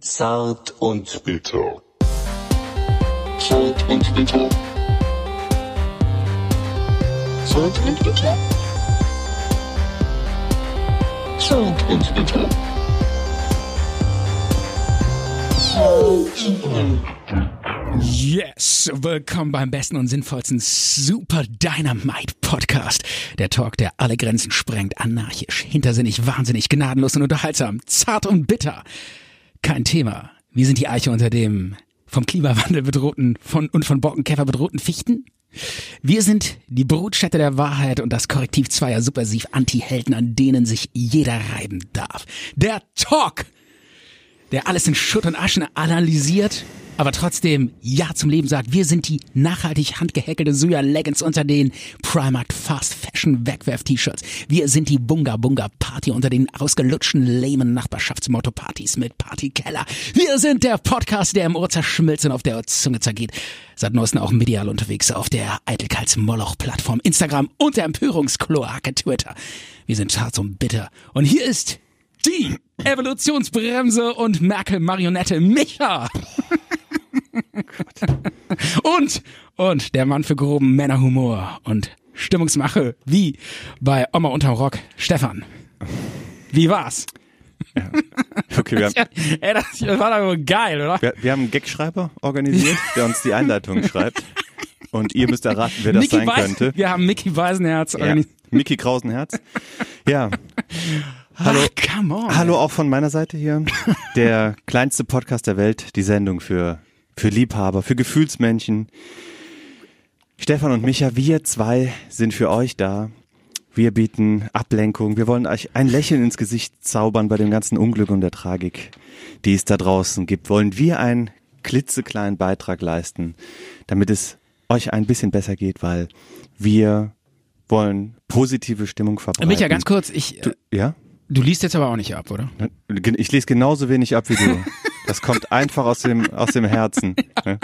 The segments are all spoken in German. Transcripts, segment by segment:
Zart und bitter, zart und bitter. Zart und bitter. Zart und bitter. Yes, willkommen beim besten und sinnvollsten Super Dynamite Podcast. Der Talk, der alle Grenzen sprengt, anarchisch, hintersinnig, wahnsinnig, gnadenlos und unterhaltsam, zart und bitter. Kein Thema. Wir sind die Eiche unter dem vom Klimawandel bedrohten von, und von Borkenkäfer bedrohten Fichten. Wir sind die Brutstätte der Wahrheit und das Korrektiv zweier subversiv Anti-Helden, an denen sich jeder reiben darf. Der Talk der alles in Schutt und Aschen analysiert, aber trotzdem Ja zum Leben sagt. Wir sind die nachhaltig handgehäkelte Soja-Leggings unter den Primark Fast Fashion Wegwerf-T-Shirts. Wir sind die Bunga Bunga Party unter den ausgelutschten, lehmen Nachbarschaftsmotto-Partys mit Partykeller. Wir sind der Podcast, der im Ohr zerschmilzt und auf der Zunge zergeht. Seit neuestem auch medial unterwegs auf der Eitelkeits-Moloch-Plattform, Instagram und der Empörungskloake Twitter. Wir sind zart und bitter. Und hier ist die Evolutionsbremse und Merkel-Marionette Micha. und, und der Mann für groben Männerhumor und Stimmungsmache, wie bei Oma unterm Rock, Stefan. Wie war's? Okay, wir haben, Ey, das war doch wohl geil, oder? wir, wir haben einen Gagschreiber organisiert, der uns die Einleitung schreibt. Und ihr müsst erraten, wer das Mickey sein Weisen- könnte. Wir haben Mickey Weisenherz. Ja. organisiert. Mickey Krausenherz. Ja, Hallo. Ach, come on. hallo auch von meiner Seite hier. Der kleinste Podcast der Welt, die Sendung für, für Liebhaber, für Gefühlsmännchen. Stefan und Micha, wir zwei sind für euch da. Wir bieten Ablenkung. Wir wollen euch ein Lächeln ins Gesicht zaubern bei dem ganzen Unglück und der Tragik, die es da draußen gibt. Wollen wir einen klitzekleinen Beitrag leisten, damit es euch ein bisschen besser geht, weil wir wollen positive Stimmung verbreiten. Äh, Micha, ganz kurz, ich, äh, Du, ja? du liest jetzt aber auch nicht ab, oder? Gen- Ich lese genauso wenig ab wie du. Das kommt einfach aus dem, aus dem Herzen. ne?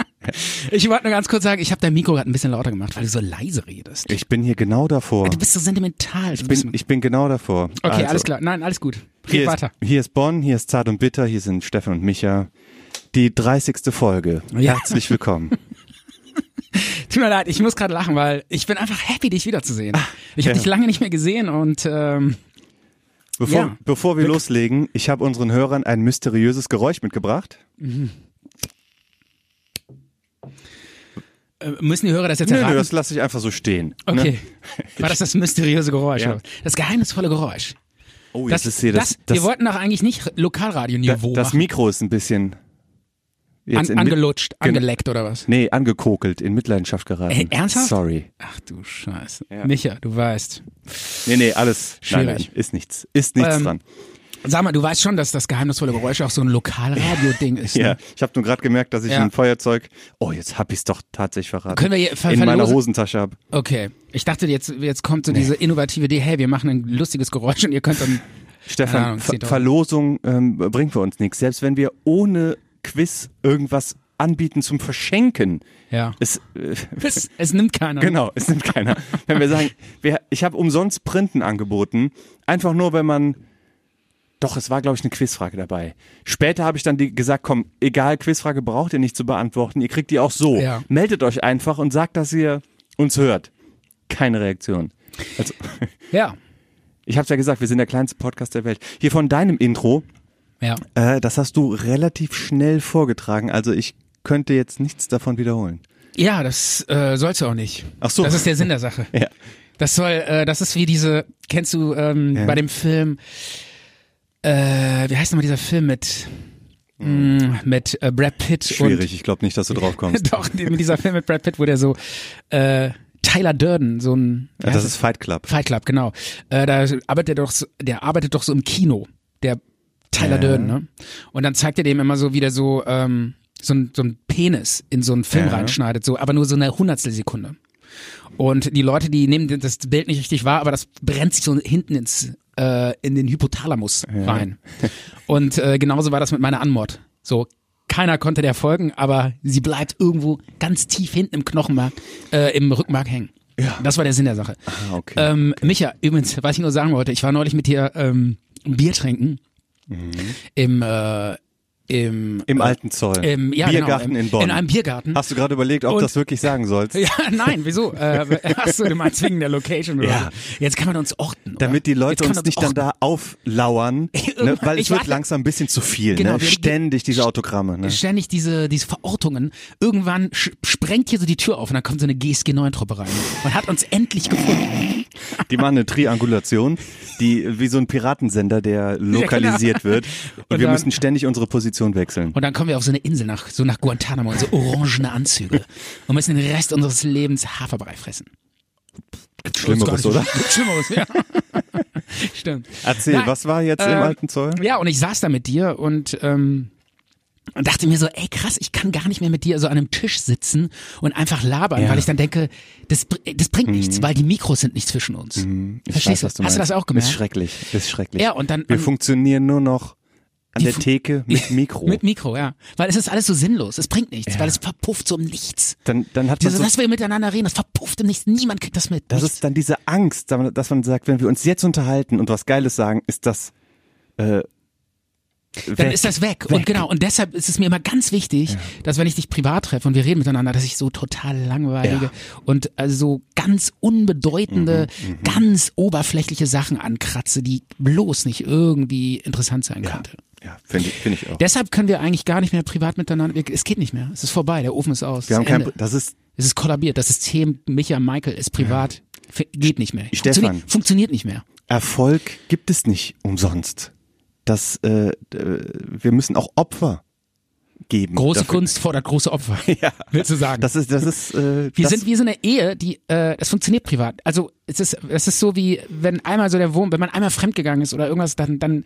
Ich wollte nur ganz kurz sagen, ich habe dein Mikro gerade ein bisschen lauter gemacht, weil du so leise redest. Ich bin hier genau davor. Du bist so sentimental. Ich Bin, ich bin genau davor. okay, Also, alles klar. Nein, alles gut. Red Hier ist, weiter. hier ist Bonn, hier ist Zart und Bitter, hier sind Stefan und Micha. Die 30. Folge. Ja. Herzlich willkommen. Tut mir leid, ich muss gerade lachen, weil ich bin einfach happy, dich wiederzusehen. Ich habe Ah, ja. dich lange nicht mehr gesehen und ähm, Bevor, Ja. bevor wir loslegen, ich habe unseren Hörern ein mysteriöses Geräusch mitgebracht. äh, müssen die Hörer das jetzt Nö, nö, erraten? das lasse ich einfach so stehen. okay. Ne? War das das mysteriöse Geräusch? Ja. oder? Das geheimnisvolle Geräusch. Oh, jetzt ist hier das, das, wir wollten doch eigentlich nicht das, Lokalradio-Niveau das machen. Mikro ist ein bisschen An, jetzt in Genau. Mit- angelutscht, angeleckt oder was? Nee, angekokelt, in Mitleidenschaft geraten. Ey, Äh, ernsthaft? Sorry. Ach du Scheiße. Ja. Micha, du weißt. Nee, nee, alles. Nein, nein, Schwierig. ist nichts. Ist nichts Ähm, dran. Sag mal, du weißt schon, dass das geheimnisvolle Geräusch auch so ein Lokalradio-Ding ist. Ne? Ja, ich habe nur gerade gemerkt, dass ich Ja. ein Feuerzeug. Oh, jetzt hab ich's doch tatsächlich verraten. Können wir hier ver- in meiner verlosen? Hosentasche hab. Okay. Ich dachte, jetzt, jetzt kommt so diese innovative Idee, hey, wir machen ein lustiges Geräusch und ihr könnt dann. Stefan, Keine Ahnung, Ver zieht doch. Verlosung ähm, bringt für uns nichts. Selbst wenn wir ohne Quiz irgendwas anbieten zum Verschenken. Ja. Es, äh, Es, es nimmt keiner. genau, es nimmt keiner. Wenn wir sagen, wir, ich habe umsonst Printen angeboten, einfach nur, wenn man. Doch, es war, glaube ich, eine Quizfrage dabei. Später habe ich dann die gesagt, komm, egal, Quizfrage braucht ihr nicht zu beantworten, ihr kriegt die auch so. Ja. Meldet euch einfach und sagt, dass ihr uns hört. Keine Reaktion. Also, Ja. ich habe es ja gesagt, wir sind der kleinste Podcast der Welt. Hier von deinem Intro, Ja. äh, das hast du relativ schnell vorgetragen, also ich könnte jetzt nichts davon wiederholen. Ja, das äh, sollst du auch nicht. Ach so. Das ist der Sinn der Sache. Ja. Das soll, äh, das ist wie diese, kennst du ähm, bei dem Film, äh, wie heißt nochmal dieser Film mit, mh, mit äh, Brad Pitt und Hm. Schwierig, ich glaube nicht, dass du drauf kommst. doch, die- mit dieser Film mit Brad Pitt, wo der so äh, Tyler Durden, so ein wie heißt Das das? ist Fight Club. Fight Club, genau. Äh, da arbeitet er doch, so, der arbeitet doch so im Kino, der Tyler Durden, ne? Und dann zeigt er dem immer so wieder so ähm, so ein, so ein Penis in so einen Film Ja. reinschneidet, so, aber nur so eine Hundertstelsekunde. Und die Leute, die nehmen das Bild nicht richtig wahr, aber das brennt sich so hinten ins äh, in den Hypothalamus rein. Und äh, genauso war das mit meiner Anmord. So keiner konnte der folgen, aber sie bleibt irgendwo ganz tief hinten im Knochenmark, äh, im Rückenmark hängen. Ja. Das war der Sinn der Sache. Ah, okay. Ähm, Micha, übrigens, was ich nur sagen wollte, ich war neulich mit dir ähm, ein Bier trinken im, äh, im Mhm. Im alten Zoll. im ja, Biergarten genau, im, in Bonn. In einem Biergarten. Hast du gerade überlegt, ob du Und- das wirklich sagen sollst? ja, nein, wieso? Äh, hast du meinst wegen der Location oder Ja. so? Jetzt kann man uns orten. Oder? Damit die Jetzt Leute kann uns man nicht dann orten. da auflauern, ne, weil es Ich wird warte- langsam ein bisschen zu viel. Genau, ne? wir- Ständig diese Autogramme. Ne? Ständig diese, diese Verortungen. Irgendwann sch- sprengt hier so die Tür auf und dann kommt so eine GSG-9-Truppe rein und hat uns endlich gefunden. Die machen eine Triangulation, die wie so ein Piratensender, der lokalisiert wird. Und, genau. Und wir dann- müssen ständig unsere Position wechseln. Und dann kommen wir auf so eine Insel nach, so nach Guantanamo und so orangene Anzüge und müssen den Rest unseres Lebens Haferbrei fressen. Gibt's Schlimmeres, oder? Schlimmeres, ja. Stimmt. Erzähl, Nein, was war jetzt im ähm, alten Zoll? Ja, und ich saß da mit dir und ähm, und dachte mir so, ey krass, ich kann gar nicht mehr mit dir so an einem Tisch sitzen und einfach labern, Ja. Mhm. weil ich dann denke, das, br- das bringt nichts, weil die Mikros sind nicht zwischen uns. Ich Verstehst weiß, was du? Hast du meinst. das auch gemerkt? Ist schrecklich, ist schrecklich. Ja, und dann- wir und- funktionieren nur noch an Die der fun- Theke mit Mikro. Mit Mikro, ja. Weil es ist alles so sinnlos, es bringt nichts, weil es verpufft so um nichts. dann, dann hat man Also, so, dass wir miteinander reden, das verpufft im Nichts, niemand kriegt das mit. das Nichts. ist dann diese Angst, dass man sagt, wenn wir uns jetzt unterhalten und was Geiles sagen, ist das äh, dann weg. ist das weg. Und genau, und deshalb ist es mir immer ganz wichtig, dass wenn ich dich privat treffe und wir reden miteinander, dass ich so total langweilige Ja. Mhm, und also so ganz unbedeutende, ganz oberflächliche Sachen ankratze, die bloß nicht irgendwie interessant sein könnte. ja, finde ich, find ich auch. Deshalb können wir eigentlich gar nicht mehr privat miteinander. wir- Es geht nicht mehr. Es ist vorbei. Der Ofen ist aus. wir haben es, kein, ist Ende. das ist es ist kollabiert. Das System Micha Michael ist privat. Fe- Geht nicht mehr. Stefan. Funktioniert, funktioniert nicht mehr. Erfolg gibt es nicht umsonst. Das, äh, äh, wir müssen auch Opfer geben. Große dafür. Kunst fordert große Opfer. Ja. Willst du sagen? Das ist, das ist, äh, Wir das, sind wie so eine Ehe, die äh, das funktioniert privat. Also es ist es ist so wie wenn einmal so der Wurm, wenn man einmal fremdgegangen ist oder irgendwas, dann dann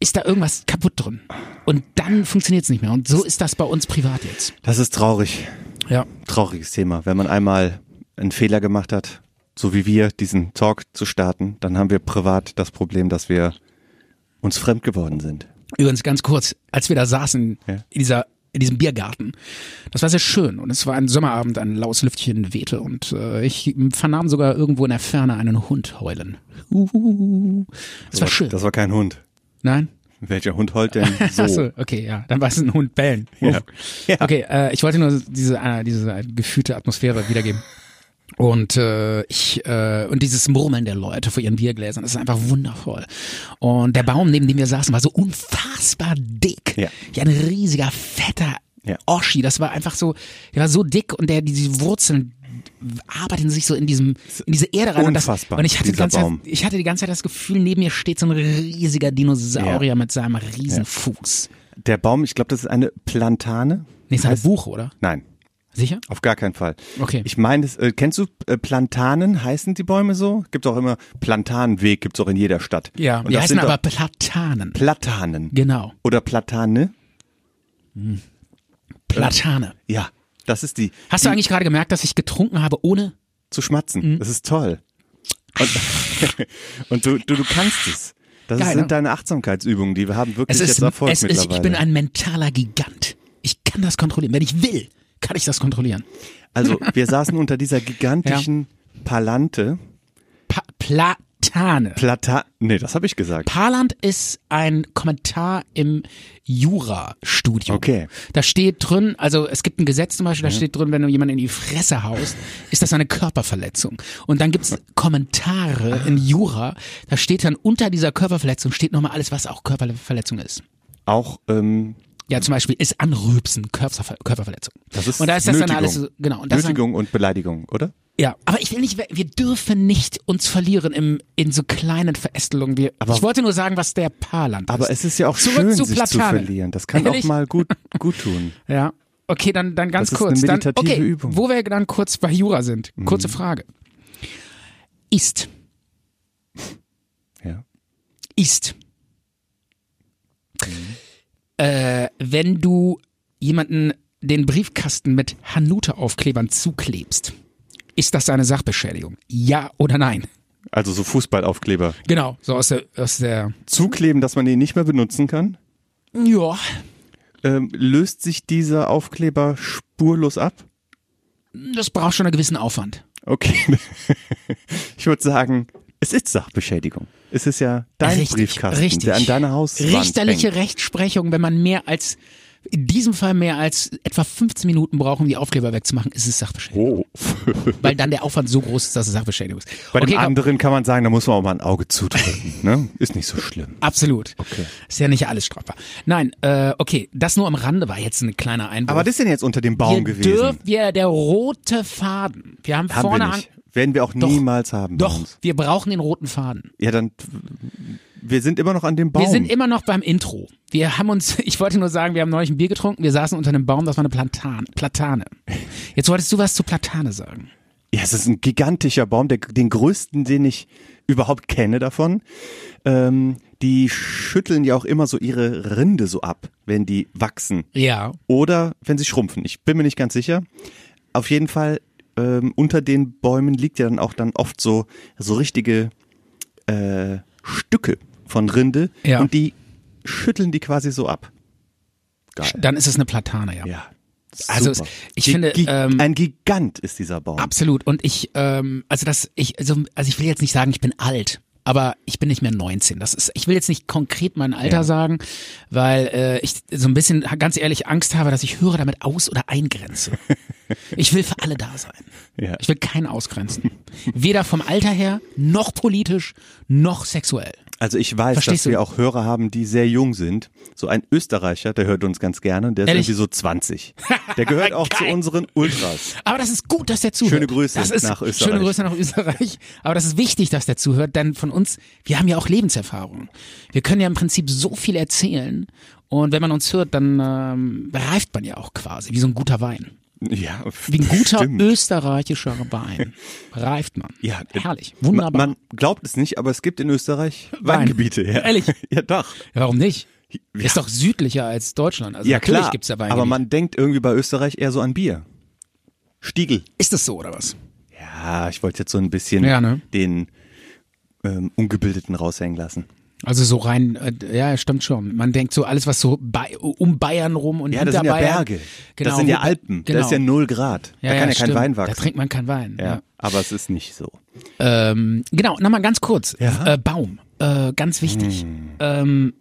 ist da irgendwas kaputt drin und dann funktioniert es nicht mehr. Und so ist das bei uns privat jetzt. das ist traurig. Ja, Trauriges Thema. Wenn man einmal einen Fehler gemacht hat, so wie wir, diesen Talk zu starten, dann haben wir privat das Problem, dass wir uns fremd geworden sind. Übrigens ganz kurz, als wir da saßen Ja. in dieser in diesem Biergarten. Das war sehr schön und es war ein Sommerabend, ein laues Lüftchen wehte und äh, ich vernahm sogar irgendwo in der Ferne einen Hund heulen. Uhuhu. Das war schön. Das war kein Hund. Nein? Welcher Hund heult denn so? Ach so, okay, ja, dann war es ein Hund bellen. Ja. Ja. Okay, äh, ich wollte nur diese, äh, diese gefühlte Atmosphäre wiedergeben. Und äh, ich äh, und dieses Murmeln der Leute vor ihren Biergläsern, das ist einfach wundervoll. Und der Baum, neben dem wir saßen, war so unfassbar dick. Ja. ein riesiger, fetter Ja. Oschi. Das war einfach so, der war so dick und der diese Wurzeln arbeiteten sich so in diesem in diese Erde rein. Unfassbar, Und, das, und ich hatte die dieser ganze Zeit, Baum. ich hatte die ganze Zeit das Gefühl, neben mir steht so ein riesiger Dinosaurier Ja. mit seinem Riesenfuß. Der Baum, ich glaube, das ist eine Plantane. Nee, ist eine Heißt- Buche, oder? Nein, Sicher? auf gar keinen Fall. Okay. Ich meine, das, äh, kennst du äh, Plantanen, heißen die Bäume so? Gibt auch immer Plantanenweg, gibt's auch in jeder Stadt. Ja, Und die das heißen sind doch aber Platanen. Platanen. Genau. Oder Platane. Platane. Ja, das ist die. Hast du eigentlich gerade gemerkt, dass ich getrunken habe ohne? zu schmatzen. Mhm. Das ist toll. Und, und du, du, du kannst es. Das Geil, sind ne? deine Achtsamkeitsübungen, die wir haben wirklich Es ist, jetzt Erfolg es ist, mittlerweile. ich bin ein mentaler Gigant. Ich kann das kontrollieren. Wenn ich will, kann ich das kontrollieren. also wir saßen unter dieser gigantischen Palante. Pa Platane. Plata. Nee, das habe ich gesagt. Parland ist ein Kommentar im Jurastudium. Okay. Mhm. Da steht drin, also es gibt ein Gesetz zum Beispiel, da steht drin, wenn du jemanden in die Fresse haust, ist das eine Körperverletzung. Und dann gibt's Ah. Kommentare in Jura, da steht dann unter dieser Körperverletzung steht nochmal alles, was auch Körperverletzung ist. Auch ähm, Ja, zum Beispiel ist Anrübsen Körperver Körperverletzung. das ist und da ist das Nötigung. dann alles so, genau. Und das dann, Nötigung und Beleidigung, oder? ja, aber ich will nicht, wir dürfen nicht uns verlieren im, in so kleinen Verästelungen. Wir, Aber- ich wollte nur sagen, was der Paarland Aber ist. es ist ja auch Zurück schön, zu sich Platane. zu verlieren. Das kann Ehrlich? auch mal gut, gut tun. Ja. Okay, dann, dann ganz Das ist eine kurz. dann, meditative okay, Übung. Mhm. wo wir dann kurz bei Jura sind. Kurze Frage. Ist, Ja. ist. Mhm. Äh, wenn du jemanden den Briefkasten mit Hanute-Aufklebern zuklebst, ist das eine Sachbeschädigung? Ja oder nein? Also so Fußballaufkleber. Genau, so aus der, aus der, Zukleben, dass man ihn nicht mehr benutzen kann. ja, Ähm, löst sich dieser Aufkleber spurlos ab? das braucht schon einen gewissen Aufwand. Okay. Ich würde sagen, es ist Sachbeschädigung. ist es ja dein richtig, Briefkasten, richtig. der an deiner Hauswand Richterliche hängt. Rechtsprechung, wenn man mehr als, in diesem Fall mehr als etwa 15 Minuten braucht, um die Aufkleber wegzumachen, ist es Sachbeschädigung. Oh. Weil dann der Aufwand so groß ist, dass es Sachbeschädigung ist. Bei okay, dem komm, anderen kann man sagen, da muss man auch mal ein Auge zudrücken. Ne? Ist nicht so schlimm. absolut. Ist ja nicht alles strafbar. Nein, äh, okay, das nur am Rande war jetzt ein kleiner Einwurf. Aber das ist denn jetzt unter dem Baum Hier gewesen. dürfen wir der rote Faden. Wir haben, haben vorne wir nicht. Werden wir auch Doch. niemals haben. bei Doch, uns. wir brauchen den roten Faden. Ja, dann. Wir sind immer noch an dem Baum. Wir sind immer noch beim Intro. Wir haben uns, ich wollte nur sagen, wir haben neulich ein Bier getrunken, wir saßen unter einem Baum, das war eine Platan, Platane. Jetzt wolltest du was zu Platane sagen. ja, es ist ein gigantischer Baum, der, den größten, den ich überhaupt kenne davon. Ähm, die schütteln ja auch immer so ihre Rinde so ab, wenn die wachsen. Ja. Oder wenn sie schrumpfen. Ich bin mir nicht ganz sicher. Auf jeden Fall, ähm, unter den Bäumen liegt ja dann auch dann oft so, so richtige äh, Stücke von Rinde. Ja. Und die schütteln die quasi so ab. Dann ist es eine Platane, ja. Ja. Also super. es- ich finde, Gi- ähm, ein Gigant ist dieser Baum. Absolut. Und ich, ähm, also das, ich, also, also ich will jetzt nicht sagen, ich bin alt, aber ich bin nicht mehr 19. Das ist, ich will jetzt nicht konkret mein Alter sagen, weil äh, ich so ein bisschen ganz ehrlich Angst habe, dass ich höre damit aus oder eingrenze. ich will für alle da sein. Ja. Ich will keinen ausgrenzen. Weder vom Alter her, noch politisch, noch sexuell. Also ich weiß, Verstehst dass du? wir auch Hörer haben, die sehr jung sind. So ein Österreicher, der hört uns ganz gerne und der ist Ehrlich? irgendwie so 20. Der gehört auch zu Geil. unseren Ultras. Aber das ist gut, dass der zuhört. Schöne Grüße das ist, nach Österreich. Schöne Grüße nach Österreich. Aber das ist wichtig, dass der zuhört, denn von uns, wir haben ja auch Lebenserfahrung. Wir können ja im Prinzip so viel erzählen und wenn man uns hört, dann ähm, reift man ja auch quasi, wie so ein guter Wein. Ja, Wie ein guter stimmt. österreichischer Wein. Reift man. Ja, äh, Herrlich. Ma- Wunderbar. Man glaubt es nicht, aber es gibt in Österreich Wein. Weingebiete. Ja. Ehrlich? Ja, doch. Ja, Warum nicht? Ja. Ist doch südlicher als Deutschland. Also ja, natürlich klar. gibt's da Wein. aber man denkt irgendwie bei Österreich eher so an Bier. Stiegel. ist das so oder was? Ja, ich wollte jetzt so ein bisschen Ja, ne? den ähm, Ungebildeten raushängen lassen. Also so rein, äh, ja, stimmt schon. Man denkt so alles, was so bei, um Bayern rum und Ja, hinter das sind ja Bayern. Berge. Genau, das sind ja wo- Alpen. Genau. Da ist ja null Grad. da kann ja, kein stimmt. Wein Da wachsen. trinkt man keinen Wein. ja, Ja. aber es ist nicht so. Ähm, genau, nochmal ganz kurz. Ja. Hm. Äh, Baum, äh, ganz wichtig. Ähm,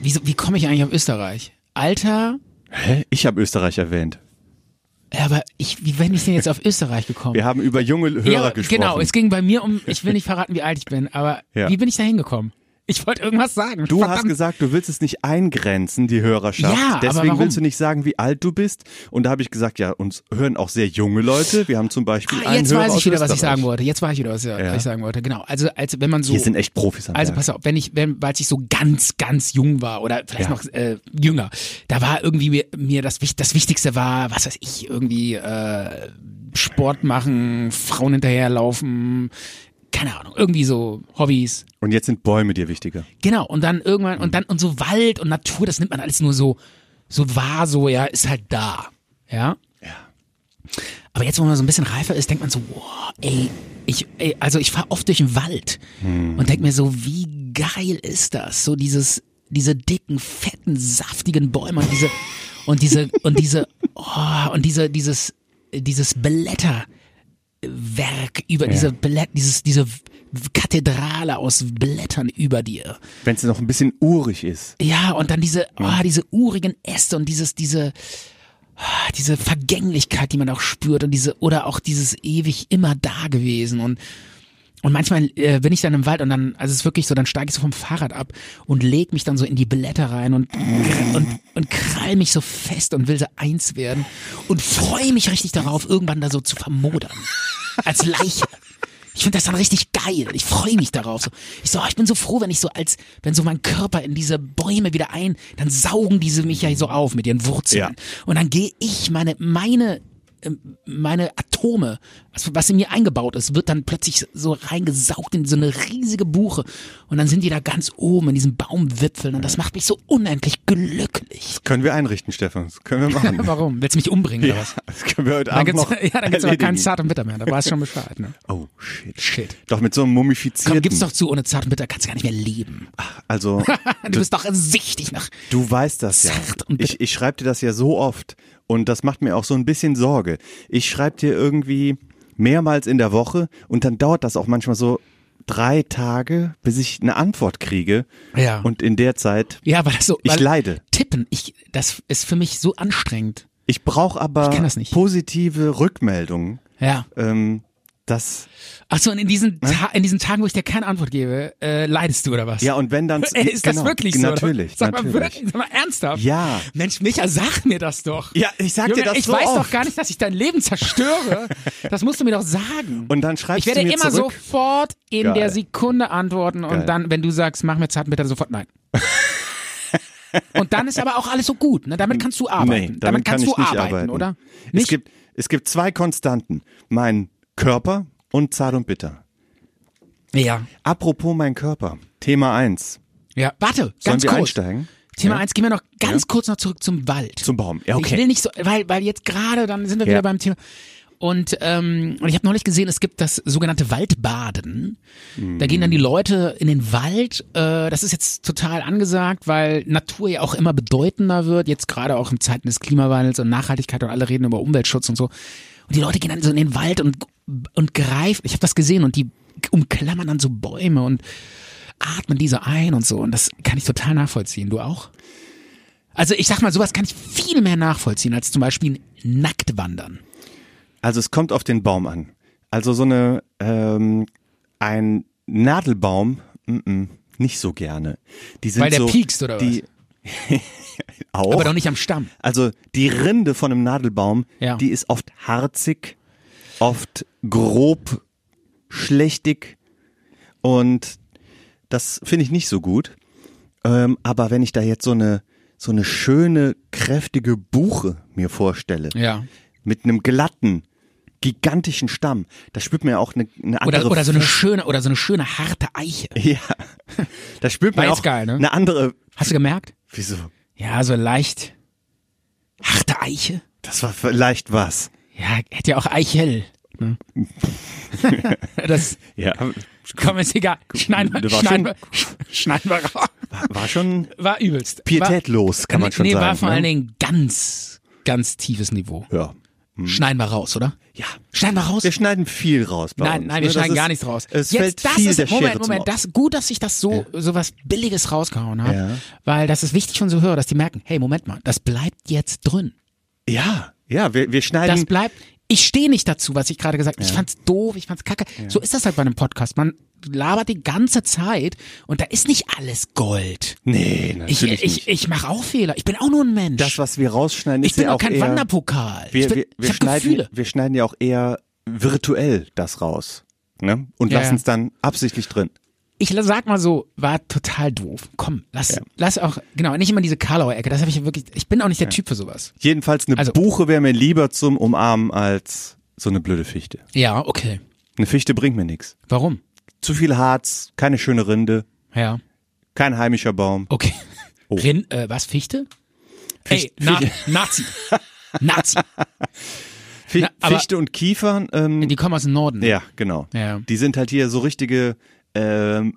wieso, wie komme ich eigentlich auf Österreich? Alter, Hä? Ich habe Österreich erwähnt. ja, aber ich, wie bin ich denn jetzt auf Österreich gekommen? Wir haben über junge Hörer ja, gesprochen. genau, es ging bei mir um, ich will nicht verraten, wie alt ich bin, aber Ja. wie bin ich da hingekommen? Ich wollte irgendwas sagen. Du Verdammt. hast gesagt, du willst es nicht eingrenzen, die Hörerschaft. Ja, aber Deswegen warum? willst du nicht sagen, wie alt du bist. Und da habe ich gesagt, ja, uns hören auch sehr junge Leute. Wir haben zum Beispiel Ah, einen jetzt Hörer weiß aus ich wieder, was ich Österreich. sagen wollte. Jetzt weiß ich wieder, was ich was ich sagen wollte. Genau. Also, als wenn man so. Hier sind echt Profis am Also Werk. pass auf, wenn ich, wenn, als ich so ganz, ganz jung war oder vielleicht Ja. noch äh, jünger, da war irgendwie mir, mir das, Wich- das Wichtigste war, was weiß ich, irgendwie äh, Sport machen, Frauen hinterherlaufen, keine Ahnung, irgendwie so Hobbys. Und jetzt sind Bäume dir wichtiger. Genau, und dann irgendwann, und dann, und so Wald und Natur, das nimmt man alles nur so, so wahr, so, ja, ist halt da. Ja? Ja. Aber jetzt, wo man so ein bisschen reifer ist, denkt man so, wow, ey, ich, ey, also ich fahre oft durch den Wald und denk mir so, wie geil ist das? So dieses, diese dicken, fetten, saftigen Bäume und diese, und diese, und diese, oh, und diese, dieses, dieses Blätter. Werk über diese Blätter, dieses, diese Kathedrale aus Blättern über dir. Wenn es noch ein bisschen urig ist. Ja, und dann diese, oh, diese urigen Äste und dieses, diese, ah, diese Vergänglichkeit, die man auch spürt und diese, oder auch dieses ewig immer da gewesen und, und manchmal äh, bin ich dann im Wald und dann, also es ist wirklich so, dann steige ich so vom Fahrrad ab und leg mich dann so in die Blätter rein und, und, und krall mich so fest und will so eins werden und freue mich richtig darauf, irgendwann da so zu vermodern. Als Leiche. Ich finde das dann richtig geil. Ich freue mich darauf. So. Ich so, oh, ich bin so froh, wenn ich so als, wenn so mein Körper in diese Bäume wieder ein, dann saugen diese mich ja so auf mit ihren Wurzeln. Ja. Und dann gehe ich meine, meine, ähm, meine Atome, was, was in mir eingebaut ist, wird dann plötzlich so reingesaugt in so eine riesige Buche. Und dann sind die da ganz oben in diesen Baumwipfeln. Und das macht mich so unendlich glücklich. Können wir einrichten, Stefan. Das können wir machen. Warum? Willst du mich umbringen ja, oder was? das können wir heute Dann Abend gibt's, noch ja, dann gibt's aber keinen erledigen. Zart und Bitter mehr. Da weißt du schon Bescheid, ne? Oh, shit. Shit. Doch mit so einem mumifizierten. Komm, gib's doch zu, ohne Zart und Bitter kannst du gar nicht mehr leben. Also, Du bist doch süchtig nach. Du weißt das ja. Zart und bitter. Ich, ich schreibe dir das ja so oft und das macht mir auch so ein bisschen Sorge. Ich schreibe dir irgendwie mehrmals in der Woche und dann dauert das auch manchmal so drei Tage, bis ich eine Antwort kriege. Ja. Und in der Zeit, ja, weil das so. ich weil leide. Tippen, ich, das ist für mich so anstrengend. Ich brauche aber Ich kann das nicht. positive Rückmeldungen. Ja. Ähm, das, Achso, und in diesen, Ta in diesen Tagen, wo ich dir keine Antwort gebe, äh, leidest du oder was? ja, und wenn dann. Ey, ist das genau, wirklich so? Natürlich. Sag mal natürlich. wirklich, sag mal ernsthaft. Ja. Mensch, Micha, sag mir das doch. Ja, ich sag Junge, dir das ich so weiß oft. doch gar nicht, dass ich dein Leben zerstöre. Das musst du mir doch sagen. Und dann schreibst ich werde du mir immer zurück. sofort in Geil. der Sekunde antworten Geil. und dann, wenn du sagst, mach mir Zeit, bitte sofort nein. und dann ist aber auch alles so gut. Ne? Damit kannst du arbeiten. Nee, damit, kann kannst ich du nicht arbeiten, oder? Es, gibt, es gibt zwei Konstanten. Mein Körper und Zart und Bitter. ja, Apropos mein Körper. Thema eins. ja. Warte, Sollen ganz wir kurz. einsteigen? Thema Ja. eins, gehen wir noch ganz kurz noch zurück zum Wald. Zum Baum. Ja, okay. Ich will nicht so, weil, weil jetzt gerade, dann sind wir Ja. wieder beim Thema. Und, ähm, und ich habe neulich gesehen, es gibt das sogenannte Waldbaden. Da gehen dann die Leute in den Wald. Äh, das ist jetzt total angesagt, weil Natur ja auch immer bedeutender wird, jetzt gerade auch in Zeiten des Klimawandels und Nachhaltigkeit und alle reden über Umweltschutz und so. Und die Leute gehen dann so in den Wald und, und greifen, ich habe das gesehen, und die umklammern dann so Bäume und atmen diese ein und so. Und das kann ich total nachvollziehen. Du auch? Also ich sag mal, sowas kann ich viel mehr nachvollziehen als zum Beispiel nackt wandern. Also es kommt auf den Baum an. Also so eine ähm, ein Nadelbaum, mm -mm, nicht so gerne. Die sind Weil der so, piekst, oder die, was? auch. Aber doch nicht am Stamm. Also die Rinde von einem Nadelbaum, Ja. die ist oft harzig, oft grob, schlechtig und das finde ich nicht so gut. Ähm, aber wenn ich da jetzt so eine so eine schöne kräftige Buche mir vorstelle, Ja. mit einem glatten gigantischen Stamm, da spürt mir auch eine, eine andere Oder, oder so eine schöne, oder so eine schöne harte Eiche. ja, da spürt War mir jetzt auch geil, ne? eine andere. Hast du gemerkt? Wieso? Ja, so leicht. Harte Eiche? Das war vielleicht was. Ja, hätte ja auch Eichel. Ne? das Ja, komm, ist egal. Schneiden wir, Das war schneiden wir, schneiden wir raus. war schon War übelst. pietätlos, kann man nee, schon nee, sagen. war vor ne? allen Dingen ganz, ganz tiefes Niveau. Ja. Schneiden wir raus, oder? Ja. Schneiden wir raus. Wir schneiden viel raus bei Nein, uns. nein, ne? wir Das schneiden ist- gar nichts raus. Es fällt Jetzt, das viel ist, der Schere Moment, zum Moment, Au- das, gut, dass ich das so, so was Billiges rausgehauen habe, Ja. weil das ist wichtig für unsere Hörer, dass die merken, hey, Moment mal, das bleibt jetzt drin. Ja, ja, wir, wir Das schneiden. bleibt, ich stehe nicht dazu, was ich gerade gesagt habe. Ich fand's doof, ich fand's kacke. So ist das halt bei einem Podcast. Man labert die ganze Zeit und da ist nicht alles Gold. nee, Ich, natürlich nicht. ich, ich mache auch Fehler. Ich bin auch nur ein Mensch. Das, was wir rausschneiden, ich ist bin ja auch auch kein eher, Wanderpokal. ich Wir, bin, wir, wir, ich hab Gefühle. schneiden, wir schneiden ja auch eher virtuell das raus. Ne? Und Ja, lassen es ja. dann absichtlich drin. ich la- sag mal so, war total doof. Komm, lass, lass auch, genau, nicht immer diese Karlauer Ecke. Das habe ich ja wirklich, ich bin auch nicht der Typ für sowas. Jedenfalls eine Also- Buche wäre mir lieber zum Umarmen als so eine blöde Fichte. Ja, okay. Eine Fichte bringt mir nichts. Warum? Zu viel Harz, keine schöne Rinde, Ja. kein heimischer Baum. Okay. Oh. Rin, äh, was, Fichte? Ey, Na, Nazi. Nazi. Fi- Na, aber- Fichte und Kiefern. Ähm, Die kommen aus dem Norden. Ja, genau. Ja. Die sind halt hier so richtige ähm,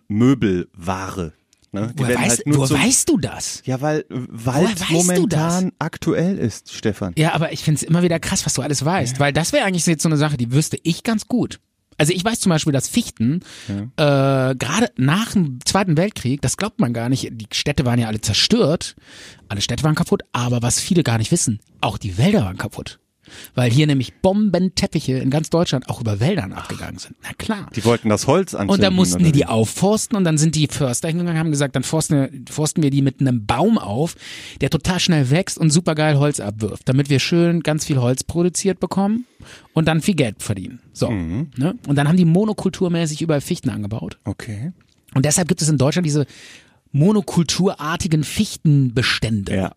Möbelware. Ne? Die Woher, werden weißt, halt nur woher zum- weißt du das? Ja, weil äh, Wald weißt du momentan aktuell ist, Stefan. Ja, aber ich find's immer wieder krass, was du alles weißt, weil das wäre eigentlich jetzt so eine Sache, die wüsste ich ganz gut. Also ich weiß zum Beispiel, dass Fichten äh, gerade nach dem Zweiten Weltkrieg, das glaubt man gar nicht, die Städte waren ja alle zerstört, alle Städte waren kaputt, aber was viele gar nicht wissen, auch die Wälder waren kaputt. Weil hier nämlich Bombenteppiche in ganz Deutschland auch über Wäldern abgegangen sind. Na klar. Die wollten das Holz anzünden. Und dann mussten oder die die wie? aufforsten und dann sind die Förster hingegangen und haben gesagt, dann forsten, forsten wir die mit einem Baum auf, der total schnell wächst und supergeil Holz abwirft, damit wir schön ganz viel Holz produziert bekommen und dann viel Geld verdienen. So. Mhm. Ne? Und dann haben die monokulturmäßig überall Fichten angebaut. Okay. Und deshalb gibt es in Deutschland diese monokulturartigen Fichtenbestände, Ja.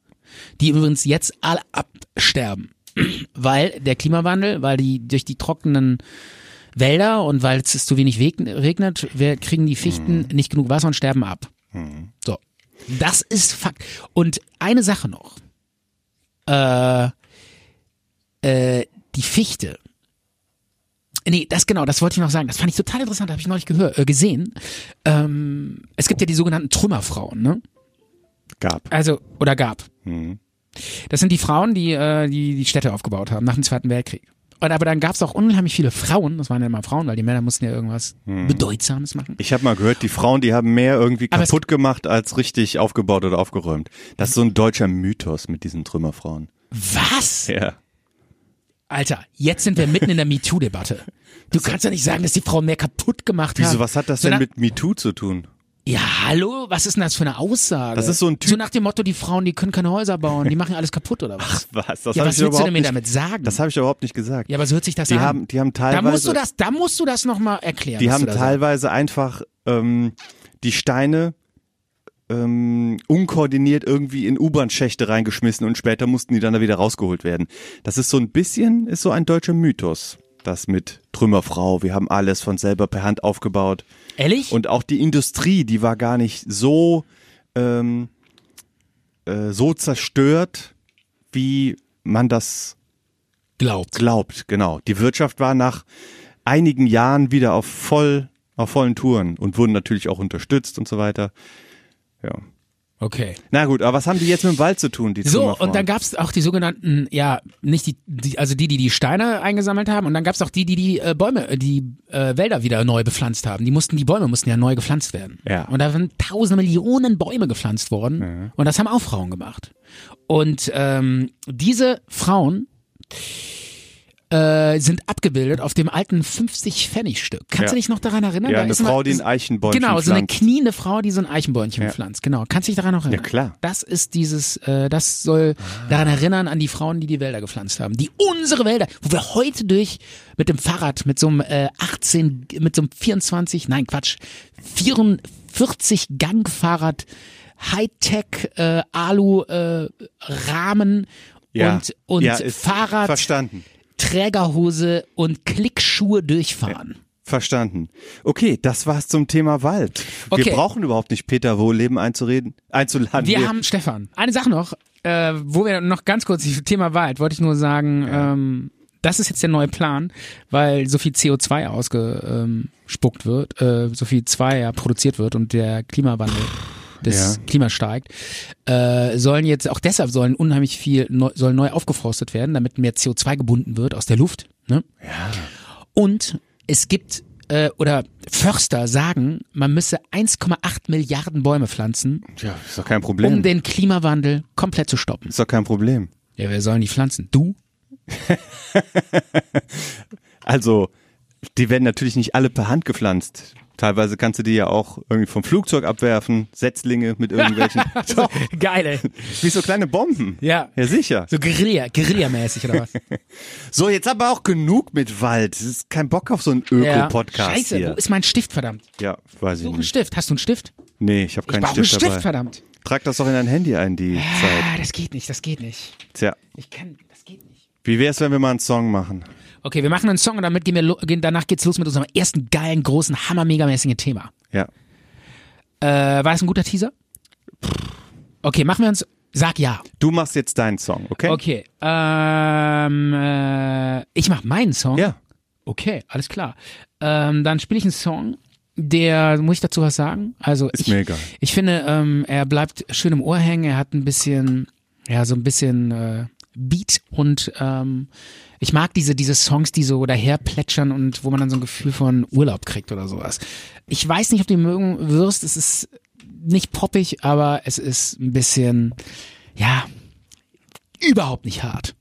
die übrigens jetzt alle absterben. Weil der Klimawandel, weil die durch die trockenen Wälder und weil es zu wenig Weg- regnet, wir kriegen die Fichten nicht genug Wasser und sterben ab. So. Das ist Fakt. Und eine Sache noch. Äh, äh, die Fichte. Nee, das genau, das wollte ich noch sagen. Das fand ich total interessant, habe ich neulich gehört, äh, gesehen. Ähm, es gibt ja die sogenannten Trümmerfrauen, ne? Gab. Also, oder gab. Mhm. Das sind die Frauen, die, äh, die die Städte aufgebaut haben nach dem Zweiten Weltkrieg. Und aber dann gab es auch unheimlich viele Frauen, das waren ja immer Frauen, weil die Männer mussten ja irgendwas Mhm. Bedeutsames machen. Ich habe mal gehört, die Frauen, die haben mehr irgendwie Aber es- kaputt gemacht, als richtig aufgebaut oder aufgeräumt. Das ist so ein deutscher Mythos mit diesen Trümmerfrauen. Was? Ja. Alter, jetzt sind wir mitten in der MeToo-Debatte. Du kannst ja nicht sagen, dass die Frauen mehr kaputt gemacht haben. Wieso, was hat das so denn nach, mit MeToo zu tun? Ja, hallo, was ist denn das für eine Aussage? Das ist so ein Typ- So nach dem Motto, die Frauen, die können keine Häuser bauen, die machen alles kaputt oder was? Was? Das ja, hab was willst ich du überhaupt denn mir nicht, damit sagen? Das habe ich überhaupt nicht gesagt. ja, aber so hört sich das Die an. haben, die haben da teilweise, musst du das, da musst du das nochmal erklären. die was haben du da sagst. teilweise einfach ähm, die Steine ähm, unkoordiniert irgendwie in U-Bahn-Schächte reingeschmissen und später mussten die dann da wieder rausgeholt werden. Das ist so ein bisschen, ist so ein deutscher Mythos. Das mit Trümmerfrau, wir haben alles von selber per Hand aufgebaut. Ehrlich? Und auch die Industrie, die war gar nicht so, ähm, äh, so zerstört, wie man das Glaubt. glaubt. Genau. Die Wirtschaft war nach einigen Jahren wieder auf voll, auf vollen Touren und wurden natürlich auch unterstützt und so weiter. Ja. Okay. Na gut, aber was haben die jetzt mit dem Wald zu tun, die So, Trümmerfrauen? und dann gab's auch die sogenannten, ja, nicht die, die also die, die die Steine eingesammelt haben, und dann gab's auch die, die die äh, Bäume, äh, die äh, Wälder wieder neu bepflanzt haben. Die mussten, die Bäume mussten ja neu gepflanzt werden. Ja. Und da sind tausende Millionen Bäume gepflanzt worden, und das haben auch Frauen gemacht. Und ähm, diese Frauen äh, sind abgebildet auf dem alten 50-Pfennig-Stück. Kannst Ja. du dich noch daran erinnern? Ja, Da eine ist immer- Frau, die ein ist- Eichenbäumchen Genau, so eine pflanzt. kniende Frau, die so ein Eichenbäumchen pflanzt. Genau, kannst du dich daran noch erinnern? Ja, klar. Das ist dieses, äh, das soll daran erinnern an die Frauen, die die Wälder gepflanzt haben. Die unsere Wälder, wo wir heute durch mit dem Fahrrad, mit so einem äh, 18, mit so einem 24, nein Quatsch, 44 Gang Fahrrad, Hightech äh, Alu äh, Rahmen ja. und, und ja, ist Fahrrad, Verstanden. Trägerhose und Klickschuhe durchfahren. Verstanden. Okay, das war's zum Thema Wald. Okay. Wir brauchen überhaupt nicht Peter Wohleben einzureden, einzuladen. Wir haben, Stefan, eine Sache noch, äh, wo wir noch ganz kurz, das Thema Wald, wollte ich nur sagen, ähm, das ist jetzt der neue Plan, weil so viel CO2 ausgespuckt wird, äh, so viel 2 ja produziert wird und der Klimawandel des ja. Klimas steigt, äh, sollen jetzt, auch deshalb sollen unheimlich viel, neu, soll neu aufgeforstet werden, damit mehr CO2 gebunden wird aus der Luft. Ne? Und es gibt äh, oder Förster sagen, man müsse 1,8 Milliarden Bäume pflanzen, ja, ist doch kein um Problem. den Klimawandel komplett zu stoppen. ist doch kein Problem. Ja, wer sollen die pflanzen? Du? Also, die werden natürlich nicht alle per Hand gepflanzt. Teilweise kannst du die ja auch irgendwie vom Flugzeug abwerfen, Setzlinge mit irgendwelchen. Doch, Geil, ey. wie so kleine Bomben. Ja. Ja, sicher. So Guerilla, Guerilla-mäßig oder was? So, jetzt aber auch genug mit Wald. Es ist kein Bock auf so einen Öko-Podcast Scheiße, hier. Hm. wo ist mein Stift, verdammt? ja, weiß ich Such einen nicht. Stift. Hast du einen Stift? Nee, ich habe ich keinen brauche einen Stift, Stift, dabei. verdammt. Trag das doch in dein Handy ein, die Zeit. Ah, das geht nicht, das geht nicht. Tja, Ich kann, das geht nicht. wie wär's, wenn wir mal einen Song machen? Okay, wir machen einen Song und damit gehen wir lo- gehen, danach geht's los mit unserem ersten geilen, großen, hammermegamäßigen Thema. Ja. Äh, war das ein guter Teaser? Okay, machen wir uns. Sag ja. Du machst jetzt deinen Song, okay? Okay. Ähm, äh, ich mach meinen Song. Ja. Okay, alles klar. Ähm, dann spiele ich einen Song, der, muss ich dazu was sagen? Also Ist ich, mir egal. Ich finde, ähm, er bleibt schön im Ohr hängen, er hat ein bisschen, ja, so ein bisschen äh, Beat und ähm, ich mag diese, diese Songs, die so daher plätschern und wo man dann so ein Gefühl von Urlaub kriegt oder sowas. Ich weiß nicht, ob du ihn mögen wirst, es ist nicht poppig, aber es ist ein bisschen, ja, überhaupt nicht hart.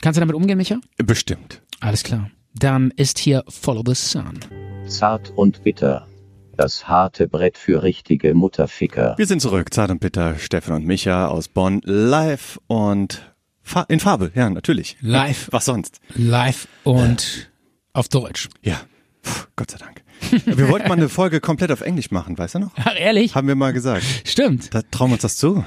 Kannst du damit umgehen, Micha? Bestimmt. Alles klar. Dann ist hier Follow the Sun. Zart und bitter. Das harte Brett für richtige Mutterficker. Wir sind zurück, Zart und Bitter, Steffen und Micha aus Bonn, live und fa in Farbe, ja, natürlich. Live. Was sonst? Live und auf Deutsch. Ja, Puh, Gott sei Dank. Wir wollten mal eine Folge komplett auf Englisch machen, weißt du noch? Ach, ehrlich? Haben wir mal gesagt. Stimmt. Da trauen wir uns das zu.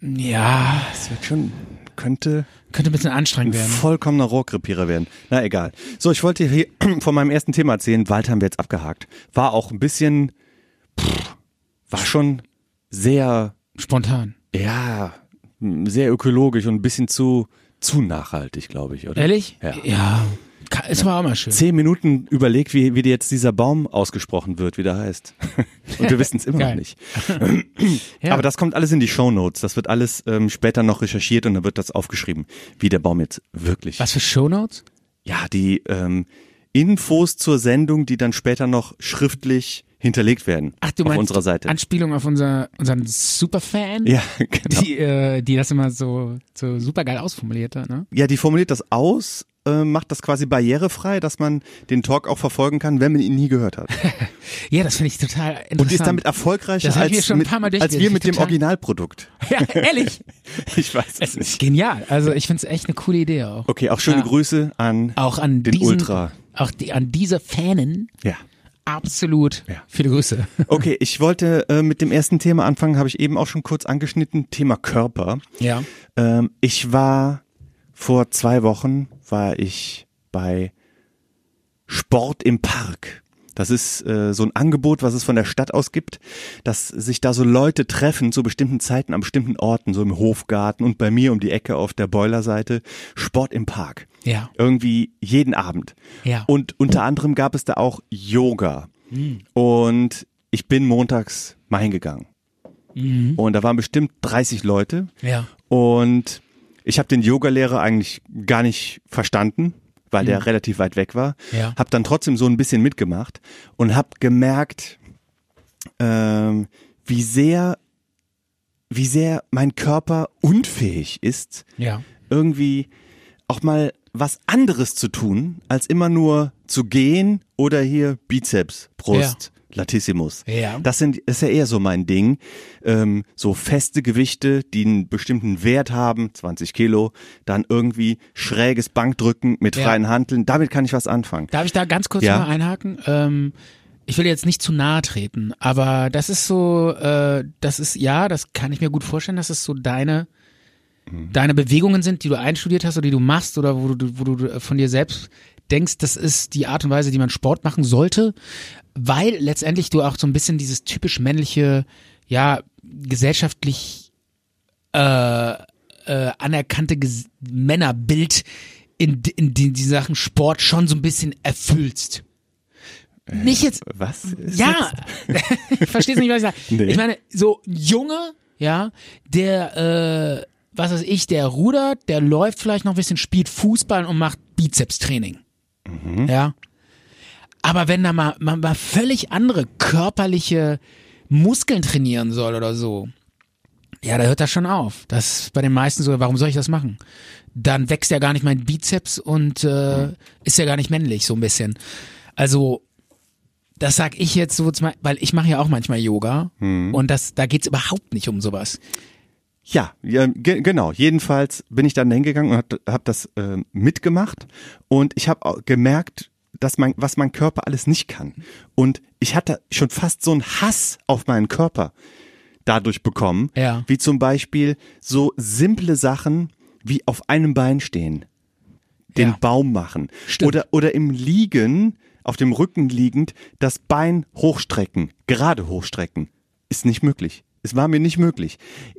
Ja, Das wird schon, könnte könnte ein bisschen anstrengend ein werden. vollkommener Rohrkrepierer werden. Na egal. So, ich wollte hier von meinem ersten Thema erzählen. Wald haben wir jetzt abgehakt. War auch ein bisschen, pff, war schon sehr Spontan. Ja, m, sehr ökologisch und ein bisschen zu, zu nachhaltig, glaube ich, oder? Ehrlich? Ja. ja. Ka- Es war auch mal schön. zehn Minuten überlegt, wie, wie dir jetzt dieser Baum ausgesprochen wird, wie der heißt. Und wir wissen es immer noch Geil. nicht. Ja. Aber das kommt alles in die Shownotes. Das wird alles ähm, später noch recherchiert und dann wird das aufgeschrieben, wie der Baum jetzt wirklich. Was für Shownotes? Ja, die ähm, Infos zur Sendung, die dann später noch schriftlich hinterlegt werden Ach, du auf meinst unserer Seite. Anspielung auf unser, unseren Superfan? Ja, genau. Die, äh, die das immer so, so super geil ausformuliert hat, ne? Ja, die formuliert das aus, äh, macht das quasi barrierefrei, dass man den Talk auch verfolgen kann, wenn man ihn nie gehört hat. Ja, das finde ich total interessant. Und die ist damit erfolgreicher Das hab ich als, mir schon ein mit, paar Mal als wir durchgelesen. mit dem Total. Originalprodukt. Ja, ehrlich. Ich weiß Es es ist nicht. genial. Also ich finde es echt eine coole Idee auch. Okay, auch schöne Ja. Grüße an Auch an den diesen, Ultra. Auch die, an diese Fanen Ja. absolut Ja. viele Grüße. Okay, ich wollte äh, mit dem ersten Thema anfangen, habe ich eben auch schon kurz angeschnitten, Thema Körper. Ja. Ähm, ich war vor zwei Wochen war ich bei Sport im Park. Das ist äh, so ein Angebot, was es von der Stadt aus gibt, dass sich da so Leute treffen zu bestimmten Zeiten an bestimmten Orten, so im Hofgarten und bei mir um die Ecke auf der Boilerseite. Sport im Park. Ja. Irgendwie jeden Abend. Ja. Und unter anderem gab es da auch Yoga. Und ich bin montags mal hingegangen. Und da waren bestimmt 30 Leute. Ja. Und ich habe den Yogalehrer eigentlich gar nicht verstanden, weil der relativ weit weg war. Ja. Hab dann trotzdem so ein bisschen mitgemacht und habe gemerkt, ähm, wie sehr, wie sehr mein Körper unfähig ist, Ja. irgendwie auch mal was anderes zu tun, als immer nur zu gehen oder hier Bizeps, Brust, Latissimus. Ja. Das sind, ist ja eher so mein Ding. Ähm, so feste Gewichte, die einen bestimmten Wert haben, 20 Kilo, dann irgendwie schräges Bankdrücken mit Ja. freien Handeln. Damit kann ich was anfangen. Darf ich da ganz kurz Ja. mal einhaken? Ähm, ich will jetzt nicht zu nahe treten, aber das ist so, äh, das ist, ja, das kann ich mir gut vorstellen, dass es so deine, deine Bewegungen sind, die du einstudiert hast oder die du machst oder wo du, wo du äh, von dir selbst denkst, das ist die Art und Weise, die man Sport machen sollte, weil letztendlich du auch so ein bisschen dieses typisch männliche, ja, gesellschaftlich äh, anerkannte Ges Männerbild in, di- in, die- die Sachen Sport schon so ein bisschen erfüllst. Nicht jetzt. Was? Ist Ja, ich verstehe nicht, was ich sage. Nee. Ich meine, so ein Junge, ja, der, äh, was weiß ich, der rudert, der läuft vielleicht noch ein bisschen, spielt Fußball und macht Bizepstraining. Mhm. Ja. Aber wenn da mal, man mal völlig andere körperliche Muskeln trainieren soll oder so, ja, da hört das schon auf. Das ist bei den meisten so, warum soll ich das machen? Dann wächst ja gar nicht mein Bizeps und äh, Mhm. ist ja gar nicht männlich, so ein bisschen. Also, das sag ich jetzt so, zum- weil ich mache ja auch manchmal Yoga Mhm. und das, da geht's überhaupt nicht um sowas. Ja, ja ge genau. Jedenfalls bin ich dann hingegangen und habe hab das äh, mitgemacht und ich habe gemerkt, dass mein, was mein Körper alles nicht kann. Und ich hatte schon fast so einen Hass auf meinen Körper dadurch bekommen, Ja. wie zum Beispiel so simple Sachen wie auf einem Bein stehen, den Ja. Baum machen Stimmt. oder oder im Liegen auf dem Rücken liegend das Bein hochstrecken, gerade hochstrecken, ist nicht möglich. Es war mir nicht möglich.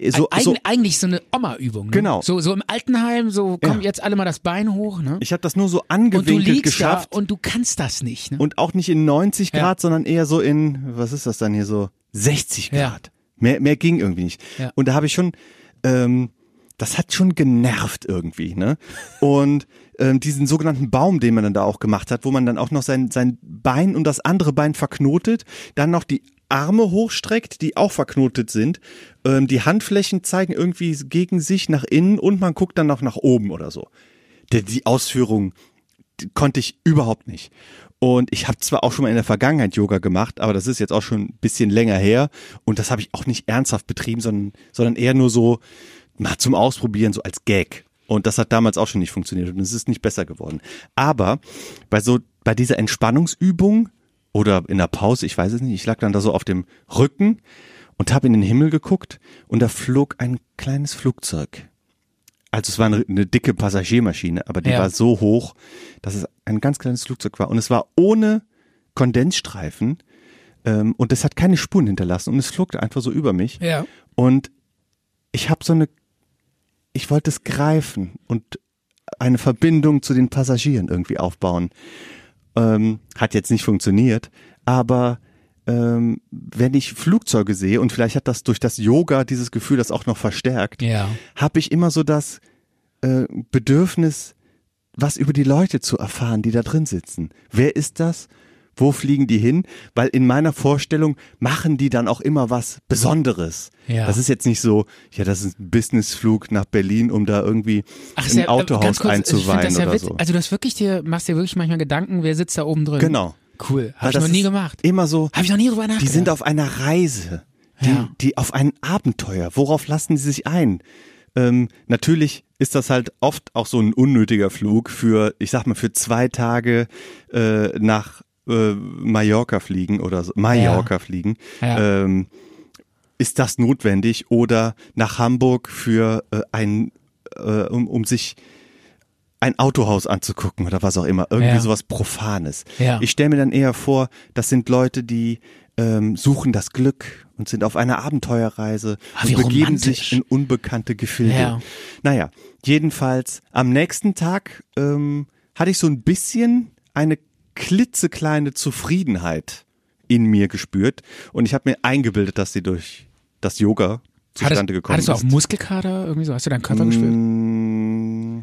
So, Eig so, eigentlich so eine Oma-Übung. Ne? Genau. So, so im Altenheim, so komm Ja. jetzt alle mal das Bein hoch, ne? Ich habe das nur so Und du angewinkelt liegst geschafft da und du kannst das nicht, ne? und auch nicht in 90 Ja. Grad, sondern eher so in, was ist das dann hier so, 60 Ja. Grad. Mehr, mehr ging irgendwie nicht. Ja. Und da habe ich schon, ähm, das hat schon genervt irgendwie, ne? Und ähm, diesen sogenannten Baum, den man dann da auch gemacht hat, wo man dann auch noch sein, sein Bein und das andere Bein verknotet, dann noch die Arme hochstreckt, die auch verknotet sind. Ähm, die Handflächen zeigen irgendwie gegen sich nach innen und man guckt dann noch nach oben oder so. Die, die Ausführung konnte ich überhaupt nicht. Und ich habe zwar auch schon mal in der Vergangenheit Yoga gemacht, aber das ist jetzt auch schon ein bisschen länger her und das habe ich auch nicht ernsthaft betrieben, sondern, sondern eher nur so mal zum Ausprobieren, so als Gag. Und das hat damals auch schon nicht funktioniert und es ist nicht besser geworden. Aber bei so bei dieser Entspannungsübung oder in der Pause, ich weiß es nicht, ich lag dann da so auf dem Rücken und habe in den Himmel geguckt und da flog ein kleines Flugzeug. Also es war eine, eine dicke Passagiermaschine, aber die Ja. war so hoch, dass es ein ganz kleines Flugzeug war. Und es war ohne Kondensstreifen ähm, und es hat keine Spuren hinterlassen und es flog da einfach so über mich. Ja. Und ich habe so eine, ich wollte es greifen und eine Verbindung zu den Passagieren irgendwie aufbauen. Ähm, hat jetzt nicht funktioniert, aber ähm, wenn ich Flugzeuge sehe und vielleicht hat das durch das Yoga dieses Gefühl das auch noch verstärkt, Ja. habe ich immer so das äh, Bedürfnis, was über die Leute zu erfahren, die da drin sitzen. Wer ist das? Wo fliegen die hin? Weil in meiner Vorstellung machen die dann auch immer was Besonderes. Ja. Das ist jetzt nicht so, ja, das ist ein Businessflug nach Berlin, um da irgendwie ist ein ja, äh, ganz Autohaus kurz, ich find einzuweihen das ja oder witz- so. Also du hast wirklich dir, machst dir wirklich manchmal Gedanken, wer sitzt da oben drin. Genau. Cool. Hab Weil ich noch das nie ist gemacht. Immer so. Hab ich noch nie drüber Die nachgedacht. sind auf einer Reise. Die, Ja. die auf ein Abenteuer. Worauf lassen sie sich ein? Ähm, natürlich ist das halt oft auch so ein unnötiger Flug für, ich sag mal, für zwei Tage äh, nach äh, Mallorca fliegen oder so. Mallorca fliegen. Ja. Ähm, ist das notwendig? Oder nach Hamburg für äh, ein, äh, um, um sich ein Autohaus anzugucken oder was auch immer. Irgendwie Ja. sowas Profanes. Ja. Ich stelle mir dann eher vor, das sind Leute, die ähm, suchen das Glück und sind auf einer Abenteuerreise Ah, wie und begeben sich romantisch. in unbekannte Gefilde. Ja. Naja, jedenfalls am nächsten Tag ähm, hatte ich so ein bisschen eine klitzekleine Zufriedenheit in mir gespürt und ich habe mir eingebildet, dass sie durch das Yoga zustande hattest, gekommen hattest du auch ist. Muskelkater irgendwie so? Hast du deinen Körper gespürt? Mm,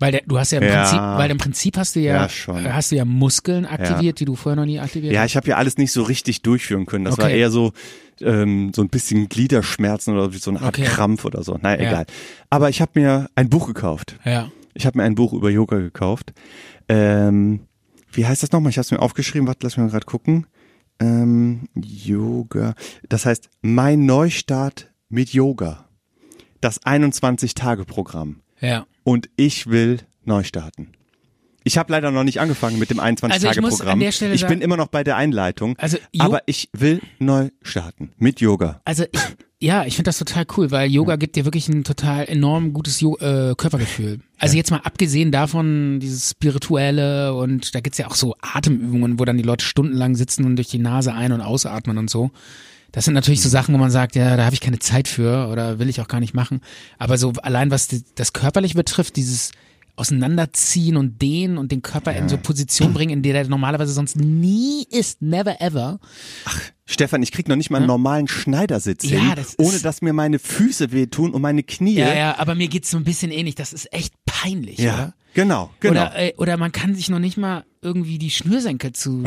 Weil der, du hast ja im Ja. Prinzip, weil im Prinzip hast du ja, Ja, schon. äh, hast du ja Muskeln aktiviert, die du vorher noch nie aktiviert Ja, hast. ich habe ja alles nicht so richtig durchführen können. Das war Okay. eher so ähm, so ein bisschen Gliederschmerzen oder so eine Art Okay. Krampf oder so. Naja, Ja. egal. Aber ich habe mir ein Buch gekauft. Ja. Ich habe mir ein Buch über Yoga gekauft. Ähm, wie heißt das nochmal? Ich habe es mir aufgeschrieben. Warte, lass mich mal gerade gucken. Ähm, Yoga. Das heißt, mein Neustart mit Yoga. Das 21-Tage-Programm. Ja. Und ich will neu starten. Ich habe leider noch nicht angefangen mit dem Also ich muss an 21-Tage-Programm. der Stelle ich bin sagen- immer noch bei der Einleitung. Also Jo- aber ich will neu starten mit Yoga. Also ich, ja, ich finde das total cool, weil Yoga gibt dir wirklich ein total enorm gutes jo äh, Körpergefühl. Also jetzt mal abgesehen davon, dieses Spirituelle und da gibt's ja auch so Atemübungen, wo dann die Leute stundenlang sitzen und durch die Nase ein- und ausatmen und so. Das sind natürlich so Sachen, wo man sagt, ja, da habe ich keine Zeit für oder will ich auch gar nicht machen. Aber so allein was die, das körperlich betrifft, dieses Auseinanderziehen und dehnen und den Körper in so Position bringen, in der der normalerweise sonst nie ist, never ever. Stefan, ich krieg noch nicht mal einen normalen Schneidersitz Hm? Ja, hin, das ist- ohne dass mir meine Füße wehtun und meine Knie. Ja, ja, aber mir geht's so ein bisschen ähnlich. Das ist echt peinlich, Ja, oder? genau, genau. Oder, äh, oder man kann sich noch nicht mal irgendwie die Schnürsenkel zu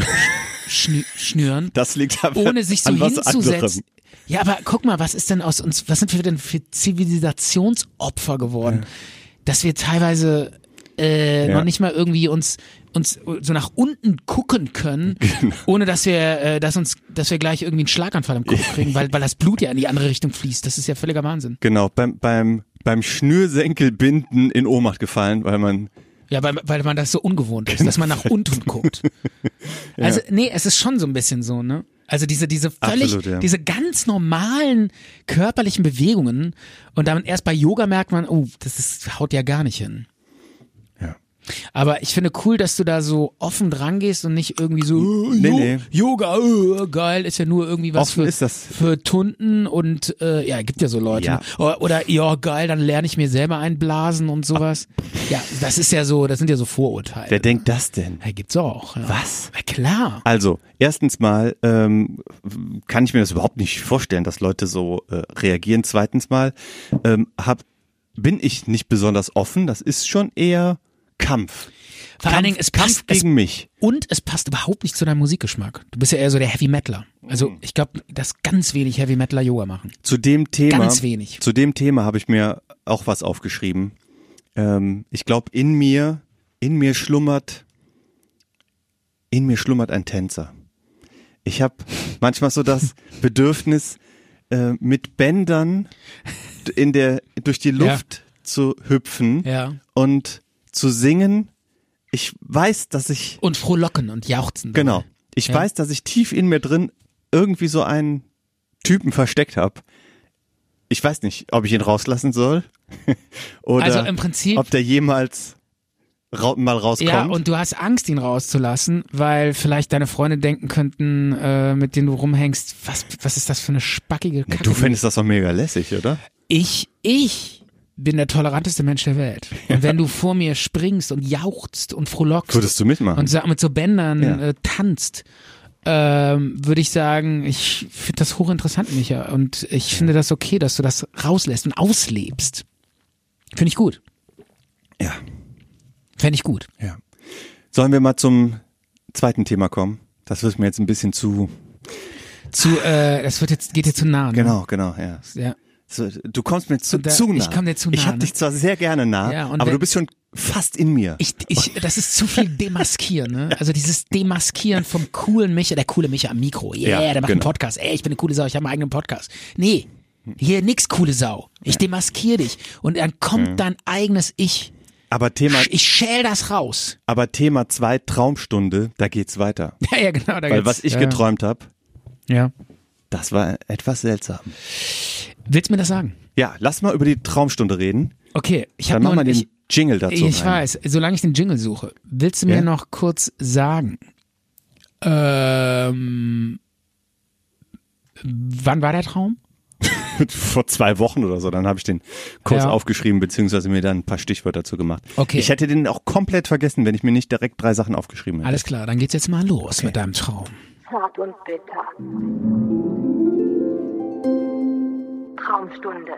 schnü schnüren, das liegt aber ohne sich so an was hinzusetzen. anderem. Ja, aber guck mal, was ist denn aus uns, was sind wir denn für Zivilisationsopfer geworden, dass wir teilweise äh, Ja. noch nicht mal irgendwie uns uns so nach unten gucken können, Genau. ohne dass wir, äh, dass uns, dass wir gleich irgendwie einen Schlaganfall im Kopf kriegen, weil, weil das Blut ja in die andere Richtung fließt. Das ist ja völliger Wahnsinn. Genau, beim, beim, beim Schnürsenkelbinden in Ohnmacht gefallen, weil man Ja, weil, weil man das so ungewohnt ist, dass man Genau. nach unten guckt. Also, nee, es ist schon so ein bisschen so, ne? Also diese, diese völlig, Absolut, ja. diese ganz normalen körperlichen Bewegungen und dann erst bei Yoga merkt man, oh, das ist, haut ja gar nicht hin. Ja. Aber ich finde cool, dass du da so offen dran gehst und nicht irgendwie so, oh, Nee, jo nee. Yoga, oh, geil, ist ja nur irgendwie was Offen für, ist das. für Tunden und äh, ja, gibt ja so Leute. Ja. Ne? Oder, oder ja, geil, dann lerne ich mir selber einblasen und sowas. Ja, das ist ja so, das sind ja so Vorurteile. wer denkt das denn? Ja, gibt's auch. Ja. Was? Na klar. Also, erstens mal ähm, kann ich mir das überhaupt nicht vorstellen, dass Leute so äh, reagieren. Zweitens mal ähm, hab, bin ich nicht besonders offen. Das ist schon eher Kampf. Vor allen Dingen, es passt, Kampf es, gegen mich. und es passt überhaupt nicht zu deinem Musikgeschmack. Du bist ja eher so der Heavy Metaler. Also, Mhm. ich glaube, dass ganz wenig Heavy Metaler Yoga machen. Zu dem Thema. Ganz wenig. Zu dem Thema habe ich mir auch was aufgeschrieben. Ähm, ich glaube, in mir, in mir schlummert, in mir schlummert ein Tänzer. Ich habe manchmal so das Bedürfnis, äh, mit Bändern d- in der, durch die Luft zu hüpfen Ja. und zu singen. Ich weiß, dass ich Und frohlocken und jauchzen. Genau. Ich Ja. weiß, dass ich tief in mir drin irgendwie so einen Typen versteckt habe. Ich weiß nicht, ob ich ihn rauslassen soll oder Also im Prinzip- ob der jemals ra mal rauskommt. Ja, und du hast Angst, ihn rauszulassen, weil vielleicht deine Freunde denken könnten, äh, mit denen du rumhängst, was, was ist das für eine spackige Kacke? du fändest das doch mega lässig, oder? ich, ich bin der toleranteste Mensch der Welt. Und wenn du vor mir springst und jauchzt und frohlockst Würdest du mitmachen? und sa- mit so Bändern Ja. äh, tanzt, ähm, würde ich sagen, ich finde das hochinteressant, Micha. Und ich finde das okay, dass du das rauslässt und auslebst. Finde ich gut. ja, Fände ich gut. ja. Sollen wir mal zum zweiten Thema kommen? Das wird mir jetzt ein bisschen zu. Zu, äh, das wird jetzt, geht dir zu nah. Ne? Genau, genau, ja. Ja. So, Du kommst mir zu, Und da- zu nah. ich komm dir zu nah, Ich hab ne? dich zwar sehr gerne nah, Ja, und aber wenn- du bist schon fast in mir. Ich, ich, das ist zu viel Demaskieren, ne? Also dieses Demaskieren vom coolen Micha, der coole Micha am Mikro. Yeah, Ja, der macht einen genau. Podcast. Ey, ich bin eine coole Sau, ich habe meinen eigenen Podcast. Nee, hier nix coole Sau. Ich demaskiere dich. Und dann kommt dein eigenes Ich. aber Thema, Ich schäl das raus. aber Thema zwei Traumstunde, da geht's weiter. Ja, ja, genau. Da Weil geht's. was ich ja. geträumt habe, Ja. das war etwas seltsam. Willst du mir das sagen? Ja, lass mal über die Traumstunde reden. Okay, ich Dann habe mach noch mal den ich, Jingle dazu. Ich rein. weiß, solange ich den Jingle suche, willst du mir Ja? noch kurz sagen, ähm, wann war der Traum? vor zwei Wochen oder so. Dann habe ich den kurz Ja. aufgeschrieben, beziehungsweise mir dann ein paar Stichwörter dazu gemacht. Okay. Ich hätte den auch komplett vergessen, wenn ich mir nicht direkt drei Sachen aufgeschrieben hätte. Alles klar, dann geht's jetzt mal los mit deinem Traum. Zart und bitter. Traumstunde.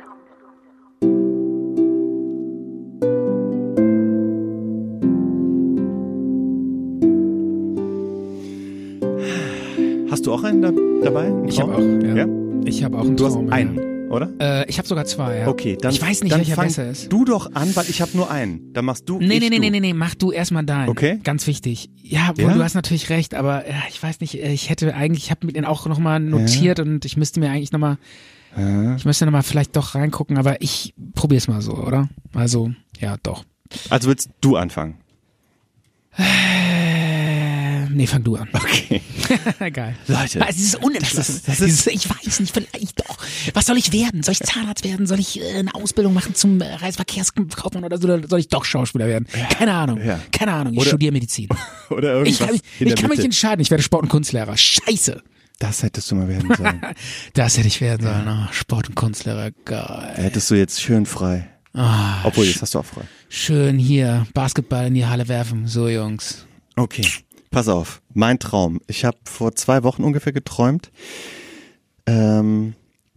Hast du auch einen da, dabei? Einen Ich Traum? habe auch, ja. Ich habe auch einen Du hast Traum. ja. einen, oder? Äh, ich habe sogar zwei. Ja. Okay, dann, ich weiß nicht, dann welcher fang besser ist. Du doch an, weil ich habe nur einen. Dann machst du. Nee, ich, nee, nee, du. nee, nee, nee, mach du erstmal deinen. Okay. Ganz wichtig. Ja, obwohl, Ja? du hast natürlich recht, aber ja, ich weiß nicht, äh, ich hätte eigentlich, ich habe mir den auch nochmal notiert und ich müsste mir eigentlich nochmal, ich müsste nochmal vielleicht doch reingucken, aber ich probier's mal so, oder? Also, ja, doch. Also willst du anfangen? Äh, nee, fang du an. Okay. Geil. Leute. Es ist unentschlossen. Das ist- das ist- Dieses, ich weiß nicht, vielleicht doch. Was soll ich werden? Soll ich Zahnarzt werden? Soll ich äh, eine Ausbildung machen zum äh, Reiseverkehrskaufmann oder so? Oder soll ich doch Schauspieler werden? Keine Ahnung. Ja. Keine Ahnung. Ich Oder- studiere Medizin. Oder irgendwas Ich kann, mich- in ich der kann mich Mitte. entscheiden. Ich werde Sport- und Kunstlehrer. Scheiße. Das hättest du mal werden sollen. Das hätte ich werden sollen. Ah, Sport- und Kunstlehrer. Geil. hättest du jetzt schön frei. Ah, Obwohl, jetzt hast du auch frei. schön hier Basketball in die Halle werfen. So, Jungs. Okay. Pass auf, mein Traum. Ich habe vor zwei Wochen ungefähr geträumt, ähm,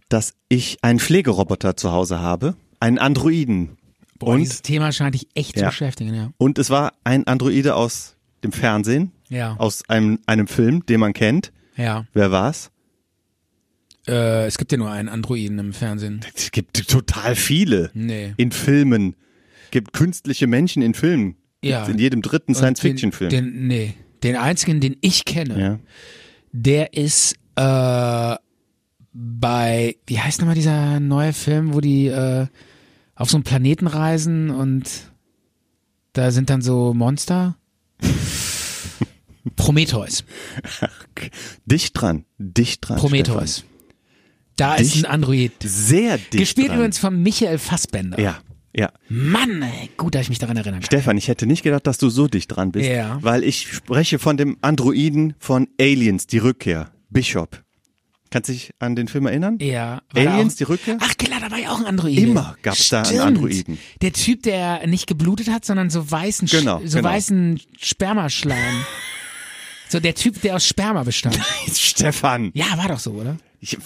dass ich einen Pflegeroboter zu Hause habe, einen Androiden. Boah, und, dieses Thema scheint dich echt zu Ja. beschäftigen. Ja. und es war ein Androide aus dem Fernsehen, Ja. aus einem, einem Film, den man kennt. ja. Wer war's? Äh, es gibt ja nur einen Androiden im Fernsehen. Es gibt total viele Nee. in Filmen. gibt künstliche Menschen in Filmen. Ja. Gibt's in jedem dritten Science-Fiction-Film. Den, den, nee, den einzigen, den ich kenne, Ja. der ist äh, bei, wie heißt nochmal dieser neue Film, wo die äh, auf so einen Planeten reisen und da sind dann so Monster? Prometheus. Dicht dran, dicht dran. Prometheus. Stefan. Da ist Dicht- ein Android. Sehr dicht Gespielt dran. übrigens von Michael Fassbender. Ja, ja. Mann, ey, gut, dass ich mich daran erinnern kann. Stefan, ich hätte nicht gedacht, dass du so dicht dran bist, Ja. weil ich spreche von dem Androiden von Aliens, die Rückkehr, Bishop. Kannst du dich an den Film erinnern? Ja. war da Aliens, auch- die Rückkehr? Ach klar, da war ja auch ein Android. Immer gab's da einen Androiden. Der Typ, der nicht geblutet hat, sondern so weißen, Sch- Genau, so genau. weißen Spermaschleim. so der Typ, der aus Sperma bestand. Stefan, Ja, war doch so, oder? ich,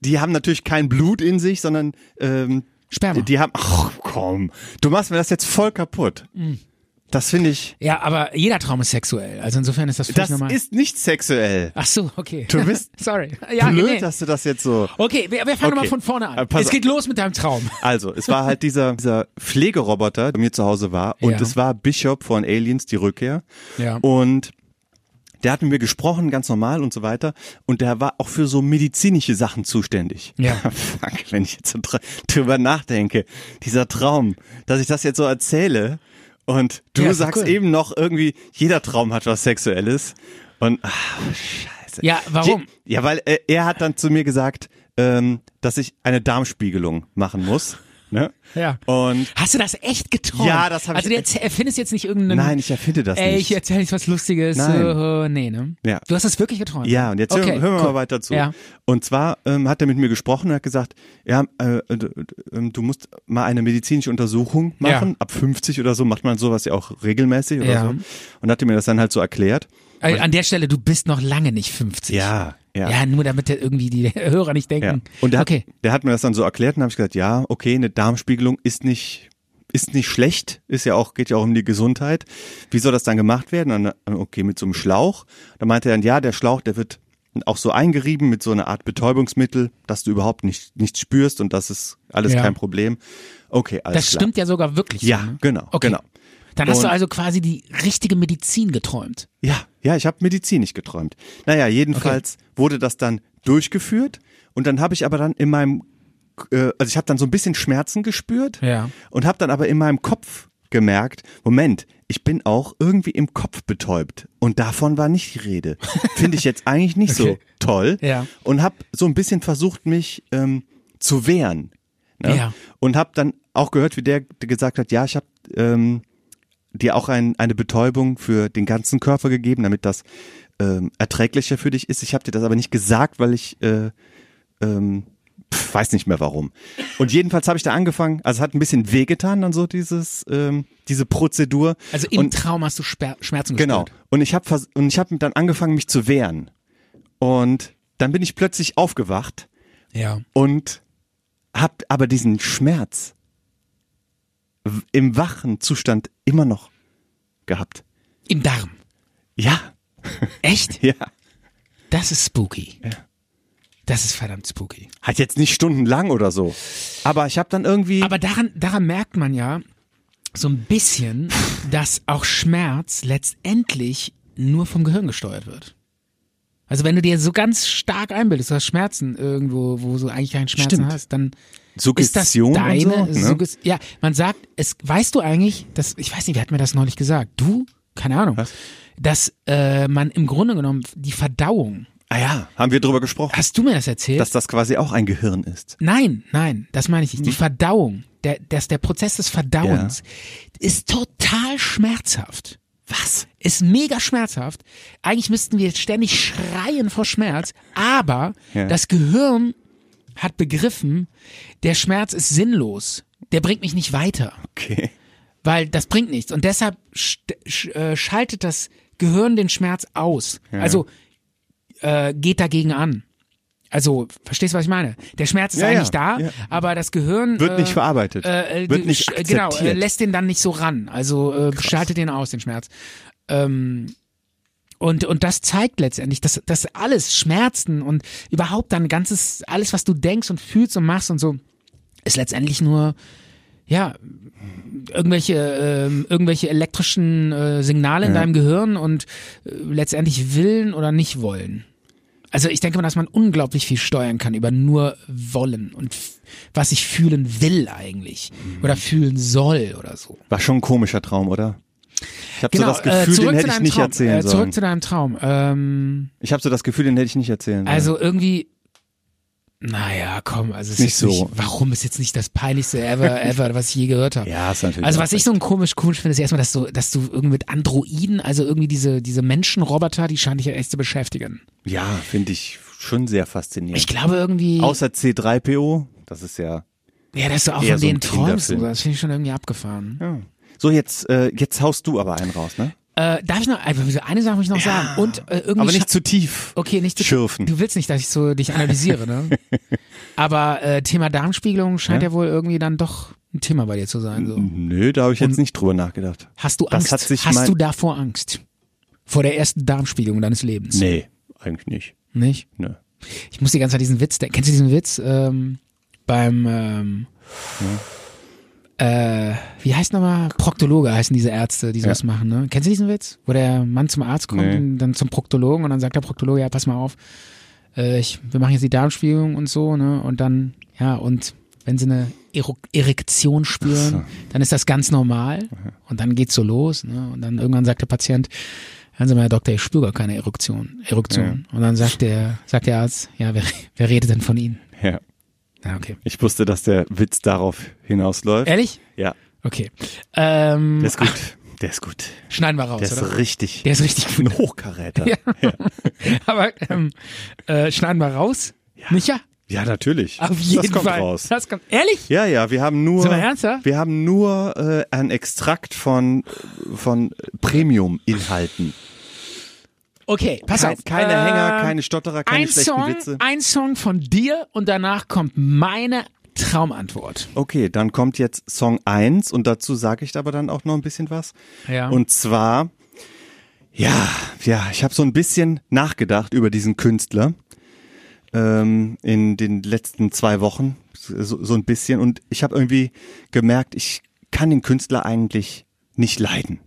die haben natürlich kein Blut in sich, sondern ähm, Sperma. die haben, ach komm, du machst mir das jetzt voll kaputt. Mhm. Das finde ich, Ja, aber jeder Traum ist sexuell. Also insofern ist das völlig das normal. ist nicht sexuell. Ach so, okay. Du bist Sorry. Ja, Blöd, nee. dass du das jetzt so... Okay, wir, wir fangen Okay. mal von vorne Äh, an. pass es auf. geht los mit deinem Traum. Also, es war halt dieser, dieser Pflegeroboter, der bei mir zu Hause war. Und Ja. es war Bishop von Aliens, die Rückkehr. Ja. Und der hat mit mir gesprochen, ganz normal und so weiter. Und der war auch für so medizinische Sachen zuständig. Ja. Fuck, wenn ich jetzt so dr- drüber nachdenke, dieser Traum, dass ich das jetzt so erzähle und du Ja, ist doch sagst cool. eben noch irgendwie, jeder Traum hat was Sexuelles. Und, ach, scheiße. Ja, warum? Je, ja, weil äh, er hat dann zu mir gesagt, ähm, dass ich eine Darmspiegelung machen muss. Ne? Ja. Und Hast du das echt geträumt? Ja, das hab ich Also du echt- erz- erfindest jetzt nicht irgendeinen... Nein, ich erfinde das Ey, nicht. ich erzähle jetzt was Lustiges. Nein. Äh, nee, ne? Ja. Du hast das wirklich geträumt? Ja, und jetzt hören- Okay, hören wir cool. mal weiter zu. Ja. Und zwar ähm, hat er mit mir gesprochen und hat gesagt, ja, äh, d- d- ähm, du musst mal eine medizinische Untersuchung machen. Ja. Ab 50 oder so macht man sowas ja auch regelmäßig oder Ja. so. Und hat mir das dann halt so erklärt. Also an der Stelle, du bist noch lange nicht 50. Ja, ja. Ja, nur damit der irgendwie die Hörer nicht ja. denken. Und der, okay. hat, der hat mir das dann so erklärt und habe ich gesagt, ja, okay, eine Darmspiegelung ist nicht ist nicht schlecht, ist ja auch geht ja auch um die Gesundheit. Wie soll das dann gemacht werden? Und Dann, okay, mit so einem Schlauch. Da meinte er dann, ja, der Schlauch, der wird auch so eingerieben mit so einer Art Betäubungsmittel, dass du überhaupt nicht nichts spürst und das ist alles Ja. kein Problem. Okay, alles das klar. stimmt ja sogar wirklich. so, Ja, ne? genau, okay. genau. Dann hast du Und- also quasi die richtige Medizin geträumt. Ja, ja, ich habe medizinisch geträumt. Naja, jedenfalls wurde das dann durchgeführt und dann habe ich aber dann in meinem, äh, also ich habe dann so ein bisschen Schmerzen gespürt Ja. und habe dann aber in meinem Kopf gemerkt, Moment, ich bin auch irgendwie im Kopf betäubt und davon war nicht die Rede. Finde ich jetzt eigentlich nicht so Okay. toll Ja. und habe so ein bisschen versucht, mich ähm, zu wehren. Ne? Ja. Und habe dann auch gehört, wie der gesagt hat, ja, ich habe ähm, dir auch ein, eine Betäubung für den ganzen Körper gegeben, damit das ähm, erträglicher für dich ist. Ich habe dir das aber nicht gesagt, weil ich äh, ähm, pf, weiß nicht mehr warum. Und jedenfalls habe ich da angefangen, also es hat ein bisschen wehgetan dann so dieses ähm, diese Prozedur. Also im und, Traum hast du Sper Schmerzen genau. gespürt. Und ich habe vers- und ich habe dann angefangen, mich zu wehren. Und dann bin ich plötzlich aufgewacht Ja. und hab aber diesen Schmerz w- im wachen Zustand immer noch gehabt. Im Darm. Ja, Echt? ja. Das ist spooky. Ja. Das ist verdammt spooky. Halt jetzt nicht stundenlang oder so. Aber ich habe dann irgendwie. Aber daran, daran merkt man ja so ein bisschen, dass auch Schmerz letztendlich nur vom Gehirn gesteuert wird. Also wenn du dir so ganz stark einbildest, du hast Schmerzen irgendwo, wo du eigentlich keinen Schmerzen Stimmt. hast, dann Suggestion ist das deine und so, ne? Sugges- Ja, man sagt, es weißt du eigentlich, dass ich weiß nicht, wer hat mir das neulich gesagt? Du? Keine Ahnung. Was? Dass äh, man im Grunde genommen die Verdauung. ah ja, haben wir drüber gesprochen, Hast du mir das erzählt? dass das quasi auch ein Gehirn ist. Nein, nein, das meine ich nicht. Die Verdauung, der, dass der Prozess des Verdauens ist total schmerzhaft. Was? Ist mega schmerzhaft. Eigentlich müssten wir jetzt ständig schreien vor Schmerz, aber Ja. das Gehirn hat begriffen, der Schmerz ist sinnlos. Der bringt mich nicht weiter, Okay. weil das bringt nichts. Und deshalb sch sch äh, schaltet das Gehirn den Schmerz aus. Also äh, geht dagegen an. Also, verstehst du, was ich meine? Der Schmerz ist Ja, ja, eigentlich da, ja. aber das Gehirn. Wird nicht äh, verarbeitet. Äh, äh, Wird die- nicht sch- äh, genau, äh, akzeptiert. lässt den dann nicht so ran. Also äh, schaltet den aus, den Schmerz. Ähm, und, und das zeigt letztendlich, dass, dass alles, Schmerzen und überhaupt dann ganzes, alles, was du denkst und fühlst und machst und so, ist letztendlich nur, ja, irgendwelche, ähm, irgendwelche elektrischen äh, Signale in deinem Gehirn und äh, letztendlich willen oder nicht wollen. Also ich denke mal, dass man unglaublich viel steuern kann über nur wollen und f- was ich fühlen will eigentlich Mhm. oder fühlen soll oder so. War schon ein komischer Traum, oder? Ich habe so das äh, Gefühl, zurück zu den hätte ich deinem nicht Traum. erzählen äh, sollen. Zurück zu deinem Traum. Ähm, Ich habe so das Gefühl, den hätte ich nicht erzählen sollen. also irgendwie, naja, komm, also es ist Nicht jetzt so. Nicht, warum ist jetzt nicht das peinlichste ever, ever, was ich je gehört habe? ja, ist natürlich. Also was auch ich so ein komisch komisch finde, ist erstmal, dass du, dass du irgendwie mit Androiden, also irgendwie diese, diese Menschenroboter, die scheinen dich ja echt zu beschäftigen. recht. Ja, finde ich schon sehr faszinierend. Ich glaube irgendwie, Außer C3PO, das ist ja. ja, dass du auch eher von so ein denen träumst. Kinderfilm. und so, Das finde ich schon irgendwie abgefahren. ja. So, jetzt, äh, jetzt haust du aber einen raus, ne? Äh, darf ich noch, also eine Sache muss ich noch sagen. Und äh, irgendwie Aber scha- nicht zu tief. Okay, nicht zu schürfen. Du willst nicht, dass ich so dich analysiere, ne? Aber äh, Thema Darmspiegelung scheint ja? wohl irgendwie dann doch ein Thema bei dir zu sein. So. Nö, da habe ich jetzt nicht drüber nachgedacht. Hast du Das Angst? hat sich Hast mein- du davor Angst? Vor der ersten Darmspiegelung deines Lebens? Nee, eigentlich nicht. Ne. Nicht? Nö. Ich muss die ganze Zeit diesen Witz, denken. kennst du diesen Witz? Ähm, beim, ähm, äh, wie heißt nochmal? Proktologe heißen diese Ärzte, die sowas machen, ne? Kennst du diesen Witz? Wo der Mann zum Arzt kommt Nee. und dann zum Proktologen und dann sagt der Proktologe, ja, pass mal auf, äh, ich, wir machen jetzt die Darmspiegelung und so, ne? Und dann, ja, und wenn sie eine Ero Erektion spüren, dann ist das ganz normal und dann geht's so los, ne? Und dann irgendwann sagt der Patient, hören Sie mal, Herr Doktor, ich spüre gar keine Erektion. Erektion. Und dann sagt der, sagt der Arzt, ja, wer, wer redet denn von Ihnen? Ja. Ah, okay. Ich wusste, dass der Witz darauf hinausläuft. Ehrlich? Ja, Okay. Ähm, der ist gut. der ist gut. ach, schneiden wir raus, Der ist oder? richtig. Der ist richtig gut. ein Hochkaräter. Ja. Ja, Aber ähm, äh, schneiden wir raus. Micha? natürlich. Auf jeden das kommt Fall. raus. Das kommt. Ehrlich? Ja, ja, wir haben nur, Sind wir ernsthaft? wir haben nur äh, einen Extrakt von, von Premium-Inhalten. Okay, pass Kein- auf. keine Ähm, Hänger, keine Stotterer, keine ein schlechten Song, Witze. Ein Song von dir und danach kommt meine Traumantwort. Okay, dann kommt jetzt Song 1 und dazu sage ich aber dann auch noch ein bisschen was. Ja. Und zwar, ja, ja, ich habe so ein bisschen nachgedacht über diesen Künstler ähm, in den letzten zwei Wochen, so, so ein bisschen. Und ich habe irgendwie gemerkt, ich kann den Künstler eigentlich nicht leiden.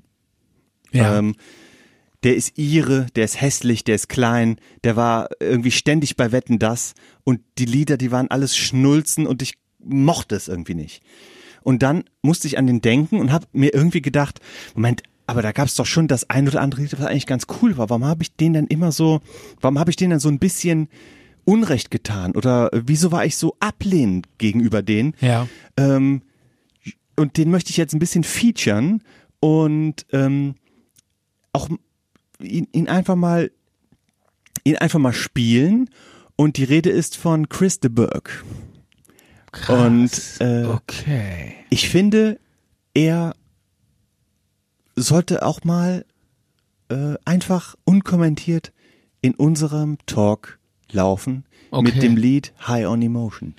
ja. Ähm, der ist ihre, der ist hässlich, der ist klein, der war irgendwie ständig bei Wetten das und die Lieder, die waren alles Schnulzen und ich mochte es irgendwie nicht. Und dann musste ich an den denken und habe mir irgendwie gedacht, Moment, aber da gab es doch schon das ein oder andere Lied, was eigentlich ganz cool war. Warum habe ich den dann immer so, warum habe ich den dann so ein bisschen Unrecht getan? Oder wieso war ich so ablehnend gegenüber denen? ja. Ähm, und den möchte ich jetzt ein bisschen featuren und ähm, auch m- ihn, ihn einfach mal ihn einfach mal spielen. Und die Rede ist von Chris de Burgh. Und äh, Okay. ich finde, er sollte auch mal äh, einfach unkommentiert in unserem Talk laufen Okay. mit dem Lied High on Emotion.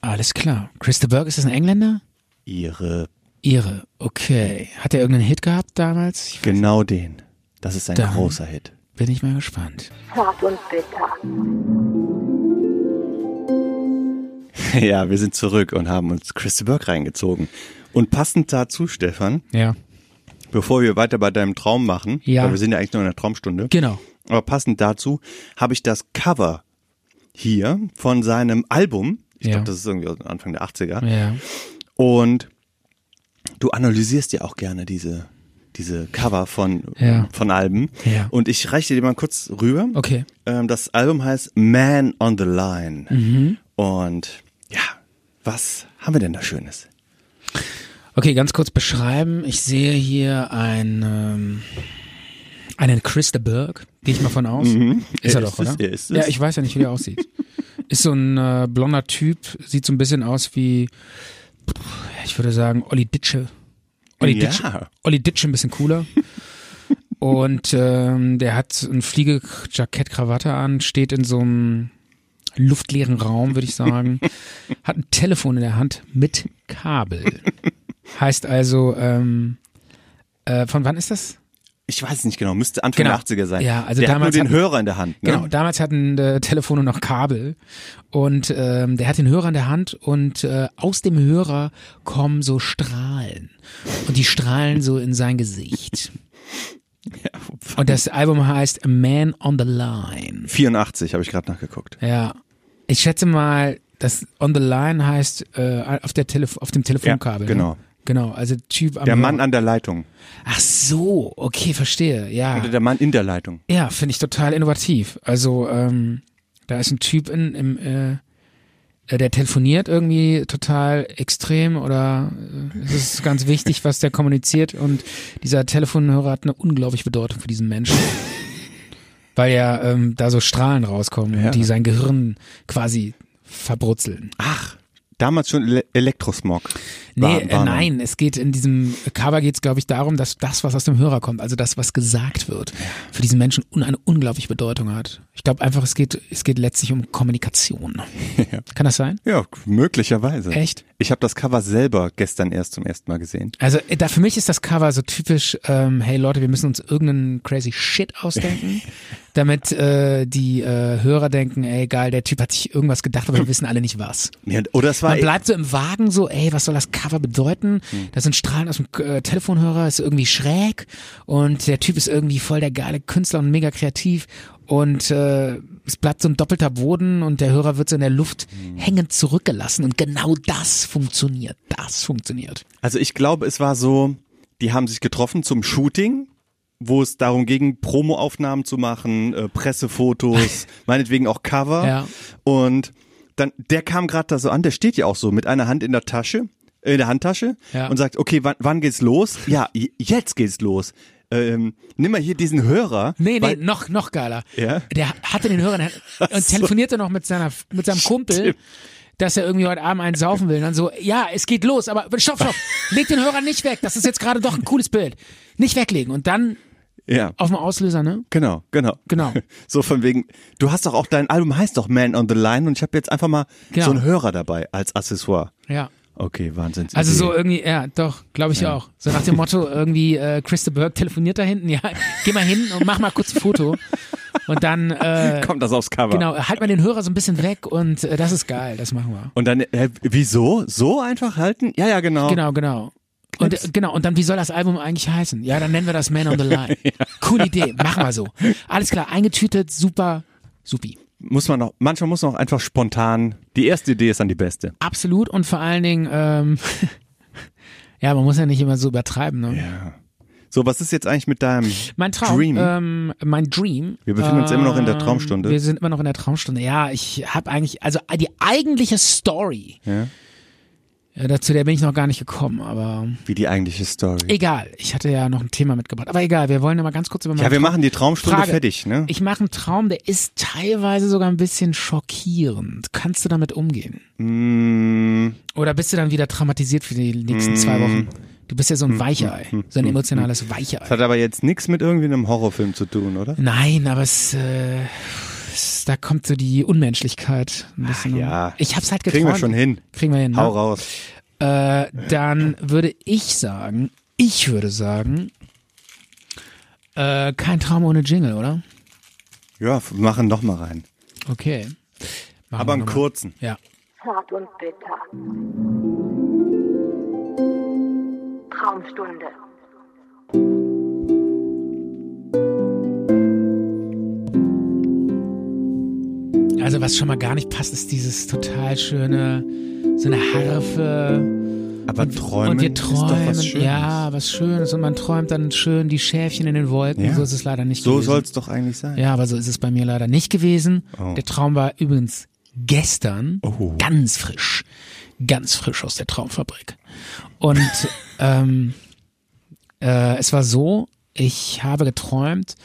Alles klar. Christa Burke, ist das ein Engländer? Ihre Ihre. Okay. Hat er irgendeinen Hit gehabt damals? Ich Genau den. Das ist ein Dann- großer Hit. bin ich mal gespannt. zart und bitter. ja, wir sind zurück und haben uns Chris Burke reingezogen. Und passend dazu, Stefan, Ja. bevor wir weiter bei deinem Traum machen, Ja. weil wir sind ja eigentlich nur in der Traumstunde, Genau. aber passend dazu habe ich das Cover hier von seinem Album. Ich Ja. glaube, das ist irgendwie aus dem Anfang der 80er. Ja. Und du analysierst ja auch gerne diese, diese Cover von, Ja. von Alben. Ja. Und ich reiche dir mal kurz rüber. Okay. Ähm, das Album heißt Man on the Line. Mhm. Und ja, was haben wir denn da Schönes? Okay, ganz kurz beschreiben. Ich sehe hier ein, ähm, einen Christa Burke. Gehe ich mal von aus. Ist er, Mhm. Er doch, ist es, oder? er ist es. ja, ich weiß ja nicht, wie der aussieht. ist so ein äh, blonder Typ. Sieht so ein bisschen aus wie, pff, ich würde sagen, Olli Ditsche. Olli Ja. Ditsche. Olli Ditsche ein bisschen cooler. Und ähm, der hat ein Fliegejackett, Krawatte an, steht in so einem luftleeren Raum, würde ich sagen. Hat ein Telefon in der Hand mit Kabel. Heißt also, ähm, äh, von wann ist das? Ich weiß es nicht genau, müsste Anfang Genau. der 80er sein. Ja, also der damals hat nur hatten- den Hörer in der Hand. Ne? Genau, damals hatten äh, Telefone noch Kabel und ähm, der hat den Hörer in der Hand und äh, aus dem Hörer kommen so Strahlen und die strahlen so in sein Gesicht. Und das Album heißt A Man on the Line. 84 habe ich gerade nachgeguckt. Ja, ich schätze mal, das on the Line heißt äh, auf der Telef auf dem Telefonkabel. Ja, genau. Ne? Genau, also Typ am Der Mann Hörer. an der Leitung. Ach so, okay, verstehe. Ja. Oder der Mann in der Leitung. Ja, finde ich total innovativ. Also, ähm, da ist ein Typ in, im, äh, äh, der telefoniert irgendwie total extrem oder äh, es ist ganz wichtig, was der kommuniziert und dieser Telefonhörer hat eine unglaubliche Bedeutung für diesen Menschen. Weil ja ähm, da so Strahlen rauskommen, Ja. die sein Gehirn quasi verbrutzeln. Ach, damals schon Ele Elektrosmog. Nee, War- äh, war noch. nein, es geht in diesem Cover geht es, glaube ich, darum, dass das, was aus dem Hörer kommt, also das, was gesagt wird, für diesen Menschen un eine unglaubliche Bedeutung hat. Ich glaube einfach, es geht, es geht letztlich um Kommunikation. Kann das sein? Ja, möglicherweise. Echt? Ich habe das Cover selber gestern erst zum ersten Mal gesehen. Also äh, da für mich ist das Cover so typisch, ähm, hey Leute, wir müssen uns irgendeinen crazy Shit ausdenken, damit äh, die äh, Hörer denken, ey geil, der Typ hat sich irgendwas gedacht, aber wir wissen alle nicht was. Ja, oder es war e- Man bleibt so im Wagen so, ey, was soll das Cover bedeuten? Das sind Strahlen aus dem äh, Telefonhörer, ist irgendwie schräg und der Typ ist irgendwie voll der geile Künstler und mega kreativ und äh, es bleibt so ein doppelter Boden und der Hörer wird so in der Luft hängend zurückgelassen und genau das funktioniert. Das funktioniert. Also ich glaube, es war so, die haben sich getroffen zum Shooting, wo es darum ging, Promoaufnahmen zu machen, äh, Pressefotos, meinetwegen auch Cover. Ja. Und dann der kam gerade da so an, der steht ja auch so mit einer Hand in der Tasche, äh, in der Handtasche Ja. und sagt, okay, wann, wann geht's los? Ja, j- jetzt geht's los. Ähm, nimm mal hier diesen Hörer. Nee, nee, weil- noch, noch geiler. Ja? Der hatte den Hörer in der Hand und telefonierte noch mit, seiner, mit seinem Kumpel, dass er irgendwie heute Abend einen saufen will. Und dann so, ja, es geht los, aber stopp, stopp, leg den Hörer nicht weg. Das ist jetzt gerade doch ein cooles Bild. Nicht weglegen. Und dann Ja, auf dem Auslöser, ne? genau, genau. Genau. So von wegen, du hast doch auch, dein Album heißt doch Man on the Line und ich habe jetzt einfach mal Genau. so einen Hörer dabei als Accessoire. Ja. Okay, Wahnsinn. Also so irgendwie, ja, doch, glaube ich auch. So nach dem Motto, irgendwie, äh, Christa Burke telefoniert da hinten, ja, geh mal hin und mach mal kurz ein Foto. Und dann, äh, kommt das aufs Cover. genau, halt mal den Hörer so ein bisschen weg und äh, das ist geil, das machen wir. Und dann, äh, wieso? So einfach halten? Ja, ja, genau. Genau, genau. Und, äh, genau, und dann, wie soll das Album eigentlich heißen? Ja, dann nennen wir das Man on the Line. Coole Idee, machen wir so. Alles klar, eingetütet, super, supi. Muss man noch, manchmal muss man auch einfach spontan, die erste Idee ist dann die beste. Absolut und vor allen Dingen, ähm, ja, man muss ja nicht immer so übertreiben. Ne? So, was ist jetzt eigentlich mit deinem Mein Traum, Dream? Ähm, mein Dream. Wir befinden uns immer noch in der Traumstunde. Wir sind immer noch in der Traumstunde. Ja, ich habe eigentlich, also die eigentliche Story, ja? äh, dazu der bin ich noch gar nicht gekommen, aber Wie die eigentliche Story. egal. Ich hatte ja noch ein Thema mitgebracht. Aber egal, wir wollen ja mal ganz kurz über meinen ja, wir Traum- machen die Traumstunde Frage. fertig, ne? Ich mache einen Traum, der ist teilweise sogar ein bisschen schockierend. Kannst du damit umgehen? Mm, Oder bist du dann wieder traumatisiert für die nächsten zwei Wochen? Du bist ja Mm, so ein Weichei, so ein emotionales das Weichei. hat aber jetzt nichts mit irgendwie einem Horrorfilm zu tun, oder? Nein, aber es, äh, es da kommt so die Unmenschlichkeit ein bisschen. um. Ah, ja. Ich hab's halt geträumt. Kriegen wir schon hin. Kriegen wir hin. Hau Ne? raus. Äh, dann würde ich sagen, ich würde sagen, äh, kein Traum ohne Jingle, oder? Ja, f- machen noch mal rein. Okay. Machen wir Aber einen nochmal. kurzen. Ja. Zart und bitter. Traumstunde. Also was schon mal gar nicht passt, ist dieses total schöne, so eine Harfe. Aber träumen und wir ist doch träumen, was Schönes. ja, was Schönes. Und man träumt dann schön die Schäfchen in den Wolken. Ja. So ist es leider nicht So gewesen. soll's doch eigentlich sein. Ja, aber so ist es bei mir leider nicht gewesen. Oh. Der Traum war übrigens gestern Oh. ganz frisch. Ganz frisch aus der Traumfabrik. Und ähm, äh, es war so, ich habe geträumt,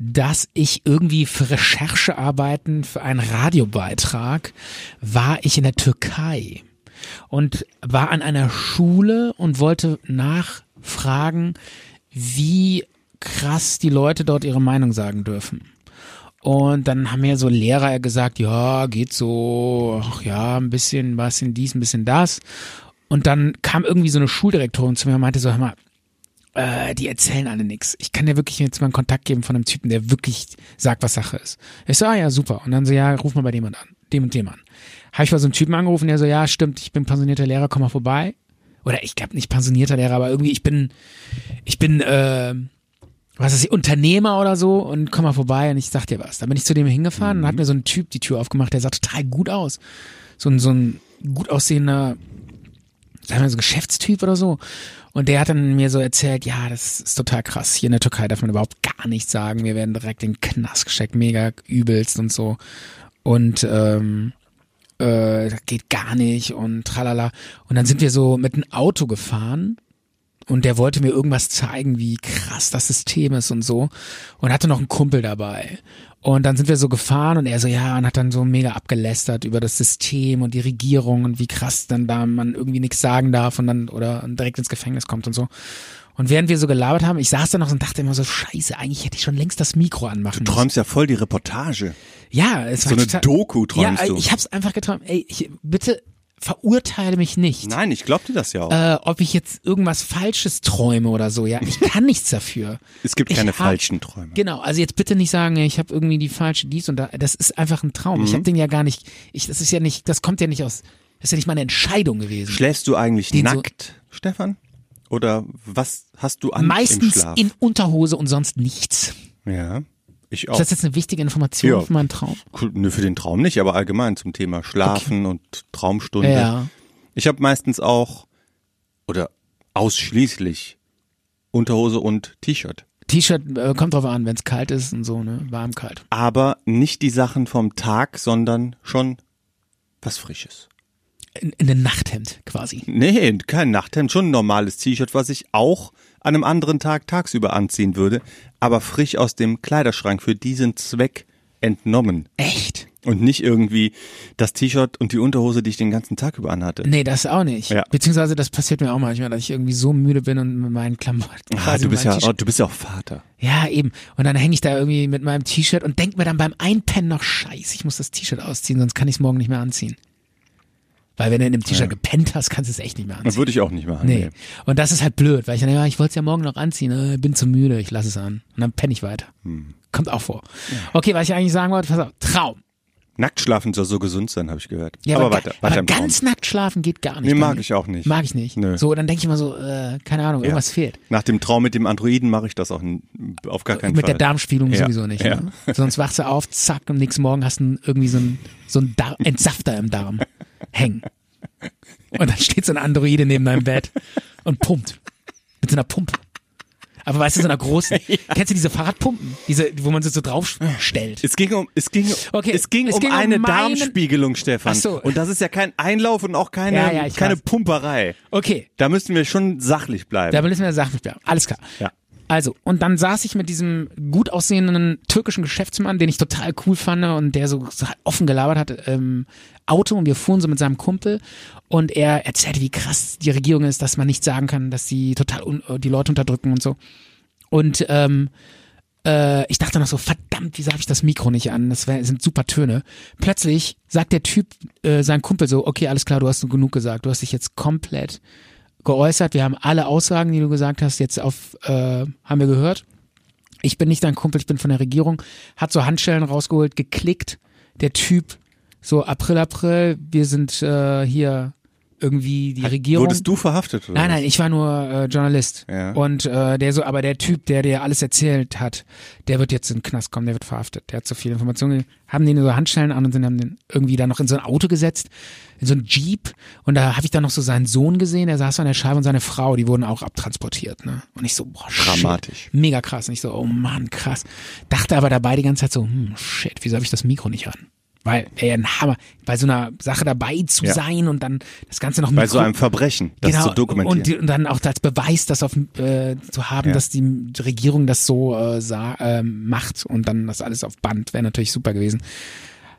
dass ich irgendwie für Recherchearbeiten, für einen Radiobeitrag, war ich in der Türkei und war an einer Schule und wollte nachfragen, wie krass die Leute dort ihre Meinung sagen dürfen. Und dann haben mir so Lehrer gesagt, ja, geht so, ach ja, ein bisschen was in dies, ein bisschen das. Und dann kam irgendwie so eine Schuldirektorin zu mir und meinte so, hör mal, äh, die erzählen alle nix. Ich kann dir wirklich jetzt mal einen Kontakt geben von einem Typen, der wirklich sagt, was Sache ist. Ich so, ah ja, super. Und dann so, ja, ruf mal bei dem und an, dem und dem an. Habe ich bei so einem Typen angerufen, der so, ja, stimmt, ich bin pensionierter Lehrer, komm mal vorbei. Oder ich glaube nicht pensionierter Lehrer, aber irgendwie, ich bin, ich bin, äh, was ist hier, Unternehmer oder so und komm mal vorbei und ich sag dir was. Dann bin ich zu dem hingefahren und hat mir so ein Typ die Tür aufgemacht, der sah total gut aus. So ein, so ein gut aussehender, sagen wir so Geschäftstyp oder so. Und der hat dann mir so erzählt, ja, das ist total krass. Hier in der Türkei darf man überhaupt gar nichts sagen. Wir werden direkt in den Knast gesteckt, mega übelst und so. Und ähm, äh, das geht gar nicht und tralala. Und dann sind wir so mit einem Auto gefahren und der wollte mir irgendwas zeigen, wie krass das System ist und so. Und hatte noch einen Kumpel dabei. Und dann sind wir so gefahren und er so, ja, und hat dann so mega abgelästert über das System und die Regierung und wie krass dann da man irgendwie nichts sagen darf und dann oder direkt ins Gefängnis kommt und so. Und während wir so gelabert haben, ich saß da noch und dachte immer so, scheiße, eigentlich hätte ich schon längst das Mikro anmachen Du müssen. träumst ja voll die Reportage. Ja, es war So eine total- Doku träumst ja, du. ich hab's einfach geträumt. Ey, ich, bitte verurteile mich nicht Nein, ich glaub dir das ja auch. äh, ob ich jetzt irgendwas Falsches träume oder so. Ja, ich kann nichts dafür. es gibt ich keine hab- falschen Träume. Genau, also jetzt bitte nicht sagen, ich habe irgendwie die falsche dies und da. Das ist einfach ein Traum. Mhm. Ich habe den ja gar nicht. Ich, das ist ja nicht. Das kommt ja nicht aus. Das ist ja nicht meine Entscheidung gewesen. Schläfst du eigentlich Den so- nackt, Stefan? Oder was hast du an im Meistens Schlaf? in Unterhose und sonst nichts. ja, ich Ist auch. das jetzt eine wichtige Information Oh. Ja. für meinen Traum? Cool, Nö, für den Traum nicht, aber allgemein zum Thema Schlafen und Traumstunde. Ja. Ich habe meistens auch oder ausschließlich Unterhose und T-Shirt. T-Shirt äh, kommt drauf an, wenn es kalt ist und so, ne? Warm, kalt. Aber nicht die Sachen vom Tag, sondern schon Was Frisches. In, in ein Nachthemd quasi. Nee, kein Nachthemd, schon ein normales T-Shirt, was ich auch an einem anderen Tag tagsüber anziehen würde, aber frisch aus dem Kleiderschrank für diesen Zweck entnommen. Echt? Und nicht irgendwie das T-Shirt und die Unterhose, die ich den ganzen Tag über anhatte. Nee, das auch nicht. Ja. Beziehungsweise das passiert mir auch manchmal, dass ich irgendwie so müde bin und mit meinen Klamotten. Ah, quasi du mit bist meinem ja, T-Shirt- oh, du bist ja auch Vater. Ja, eben. Und dann hänge ich da irgendwie mit meinem T-Shirt und denk mir dann beim Einpennen noch, scheiße, ich muss das T-Shirt ausziehen, sonst kann ich es morgen nicht mehr anziehen. Weil wenn du in dem T-Shirt gepennt hast, kannst du es echt nicht mehr Das anziehen. würde ich auch nicht machen. Nee. Und das ist halt blöd, weil ich dann denke, ja, ich wollte es ja morgen noch anziehen, äh, bin zu müde, ich lasse es an. Und dann penne ich weiter. Hm. Kommt auch vor. Okay, was ich eigentlich sagen wollte, pass auf, Traum. Nackt schlafen soll so gesund sein, habe ich gehört. Ja, aber, aber, weiter, ga- weiter aber im ganz Traum. nackt schlafen geht gar nicht. Nee, bei mag mir. ich auch nicht. Mag ich nicht. Nö. So, dann denke ich mal so, äh, keine Ahnung, irgendwas fehlt. Nach dem Traum mit dem Androiden mache ich das auch n- auf gar keinen Mit Fall. der Darmspiegelung Ja, sowieso nicht. ja. Ne? Sonst wachst du auf, zack, am nächsten Morgen hast du irgendwie so einen so einen Dar Entsafter im Darm hängen. Und dann steht so ein Androide neben deinem Bett und pumpt. Mit so einer Pumpe. Aber weißt du, so einer großen. Kennst du diese Fahrradpumpen? Diese, wo man sie so drauf stellt. Es ging um, es ging, Okay, es ging es um ging um eine meinen- Darmspiegelung, Stefan. Ach so. Und das ist ja kein Einlauf und auch keine, Ja, ja, ich keine weiß. Pumperei. Okay, Da müssten wir schon sachlich bleiben. da müssen wir Sachen bleiben. Alles klar. ja. Also, und dann saß ich mit diesem gut aussehenden türkischen Geschäftsmann, den ich total cool fand und der so, so offen gelabert hat, ähm, Auto und wir fuhren so mit seinem Kumpel und er erzählte, wie krass die Regierung ist, dass man nicht sagen kann, dass sie total un äh, die Leute unterdrücken und so. Und ähm, äh, ich dachte noch so, verdammt, wieso habe ich das Mikro nicht an? Das wär, sind super Töne. Plötzlich sagt der Typ, äh, sein Kumpel so, okay, alles klar, du hast genug gesagt, du hast dich jetzt komplett geäußert. Wir haben alle Aussagen, die du gesagt hast, jetzt auf, äh, haben wir gehört. Ich bin nicht dein Kumpel, ich bin von der Regierung. Hat so Handschellen rausgeholt, geklickt. Der Typ, so April, April, wir sind äh, hier irgendwie die Regierung. Wurdest du verhaftet? Oder Nein, nein, ich war nur äh, Journalist. Ja. Und äh, der so, aber der Typ, der dir alles erzählt hat, der wird jetzt in den Knast kommen, der wird verhaftet. Der hat so viel Informationen. gegeben. Haben den so Handschellen an und sind haben den irgendwie da noch in so ein Auto gesetzt, in so ein Jeep. Und da habe ich dann noch so seinen Sohn gesehen, der saß so an der Scheibe und seine Frau, die wurden auch abtransportiert. Ne? Und ich so, boah, shit. Dramatisch. Mega krass. Und ich so, oh Mann, krass. Dachte aber dabei die ganze Zeit so, hm, shit, wieso habe ich das Mikro nicht an? Weil, ey, ein Hammer, bei so einer Sache dabei zu Ja. sein und dann das Ganze noch mit Bei so einem Verbrechen, das zu Genau, dokumentieren. und, die- und dann auch als Beweis, das auf, äh, zu haben, Ja. dass die Regierung das so äh, sah, äh, macht und dann das alles auf Band wäre natürlich super gewesen.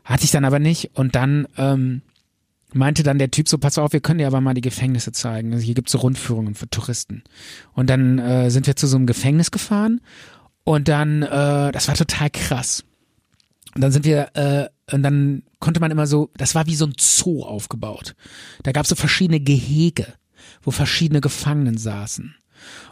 Hatte ich dann aber nicht. Und dann ähm, meinte dann der Typ so, pass auf, wir können dir aber mal die Gefängnisse zeigen. Also hier gibt's so Rundführungen für Touristen. Und dann äh, sind wir zu so einem Gefängnis gefahren und dann, äh, das war total krass. Und dann sind wir, äh, und dann konnte man immer so, das war wie so ein Zoo aufgebaut. Da gab's so verschiedene Gehege, wo verschiedene Gefangenen saßen.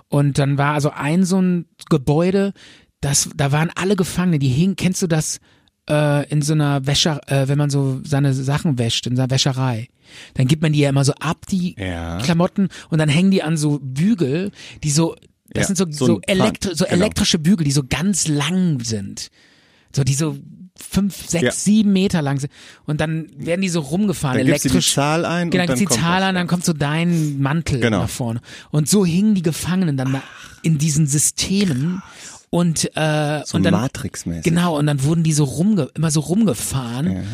Und dann war also ein so ein Gebäude, das, da waren alle Gefangene, die hingen, kennst du das, äh, in so einer Wäscher, äh, wenn man so seine Sachen wäscht, in seiner Wäscherei. Dann gibt man die ja immer so ab, die Ja. Klamotten, und dann hängen die an so Bügel, die so, das Ja, sind so, so so, ein elektri Plan, so genau. elektrische Bügel, die so ganz lang sind. So, die so fünf, sechs, Ja. sieben Meter lang sind. Und dann werden die so rumgefahren, dann gibst du die elektrisch. Zahl ein Genau, und dann gibt's die kommt Zahl das. an, dann kommt so dein Mantel Genau. nach vorne. Und so hingen die Gefangenen dann da in diesen Systemen und äh, So und dann Matrix-mäßig. genau und dann wurden die so rumge immer so rumgefahren.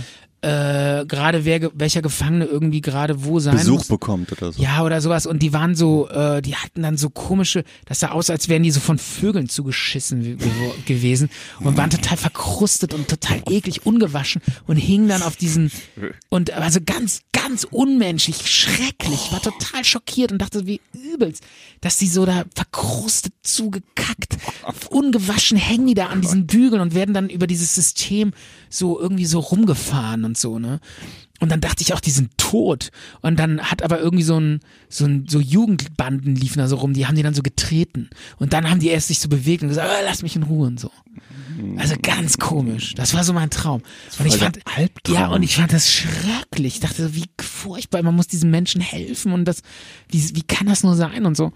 Äh, gerade wer ge welcher Gefangene irgendwie gerade wo sein Besuch muss. bekommt oder so. Ja, oder sowas. Und die waren so, äh, die hatten dann so komische, das sah aus, als wären die so von Vögeln zugeschissen gew- gew- gewesen und waren total verkrustet und total eklig, ungewaschen und hingen dann auf diesen und also ganz, ganz unmenschlich, schrecklich, war total schockiert und dachte, wie übelst, dass die so da verkrustet zugekackt, ungewaschen hängen die da an diesen Bügeln und werden dann über dieses System so irgendwie so rumgefahren und so, ne? Und dann dachte ich auch, die sind tot. Und dann hat aber irgendwie so ein, so ein, so Jugendbanden liefen da so rum, die haben die dann so getreten. Und dann haben die erst sich so bewegt und gesagt, "Ah, lass mich in Ruhe und so. Also ganz komisch. Das war so mein Traum. Und ich voll fand, der Albtraum. ja, und ich fand das schrecklich. Ich dachte, so, wie furchtbar, man muss diesen Menschen helfen und das, wie, wie kann das nur sein und so.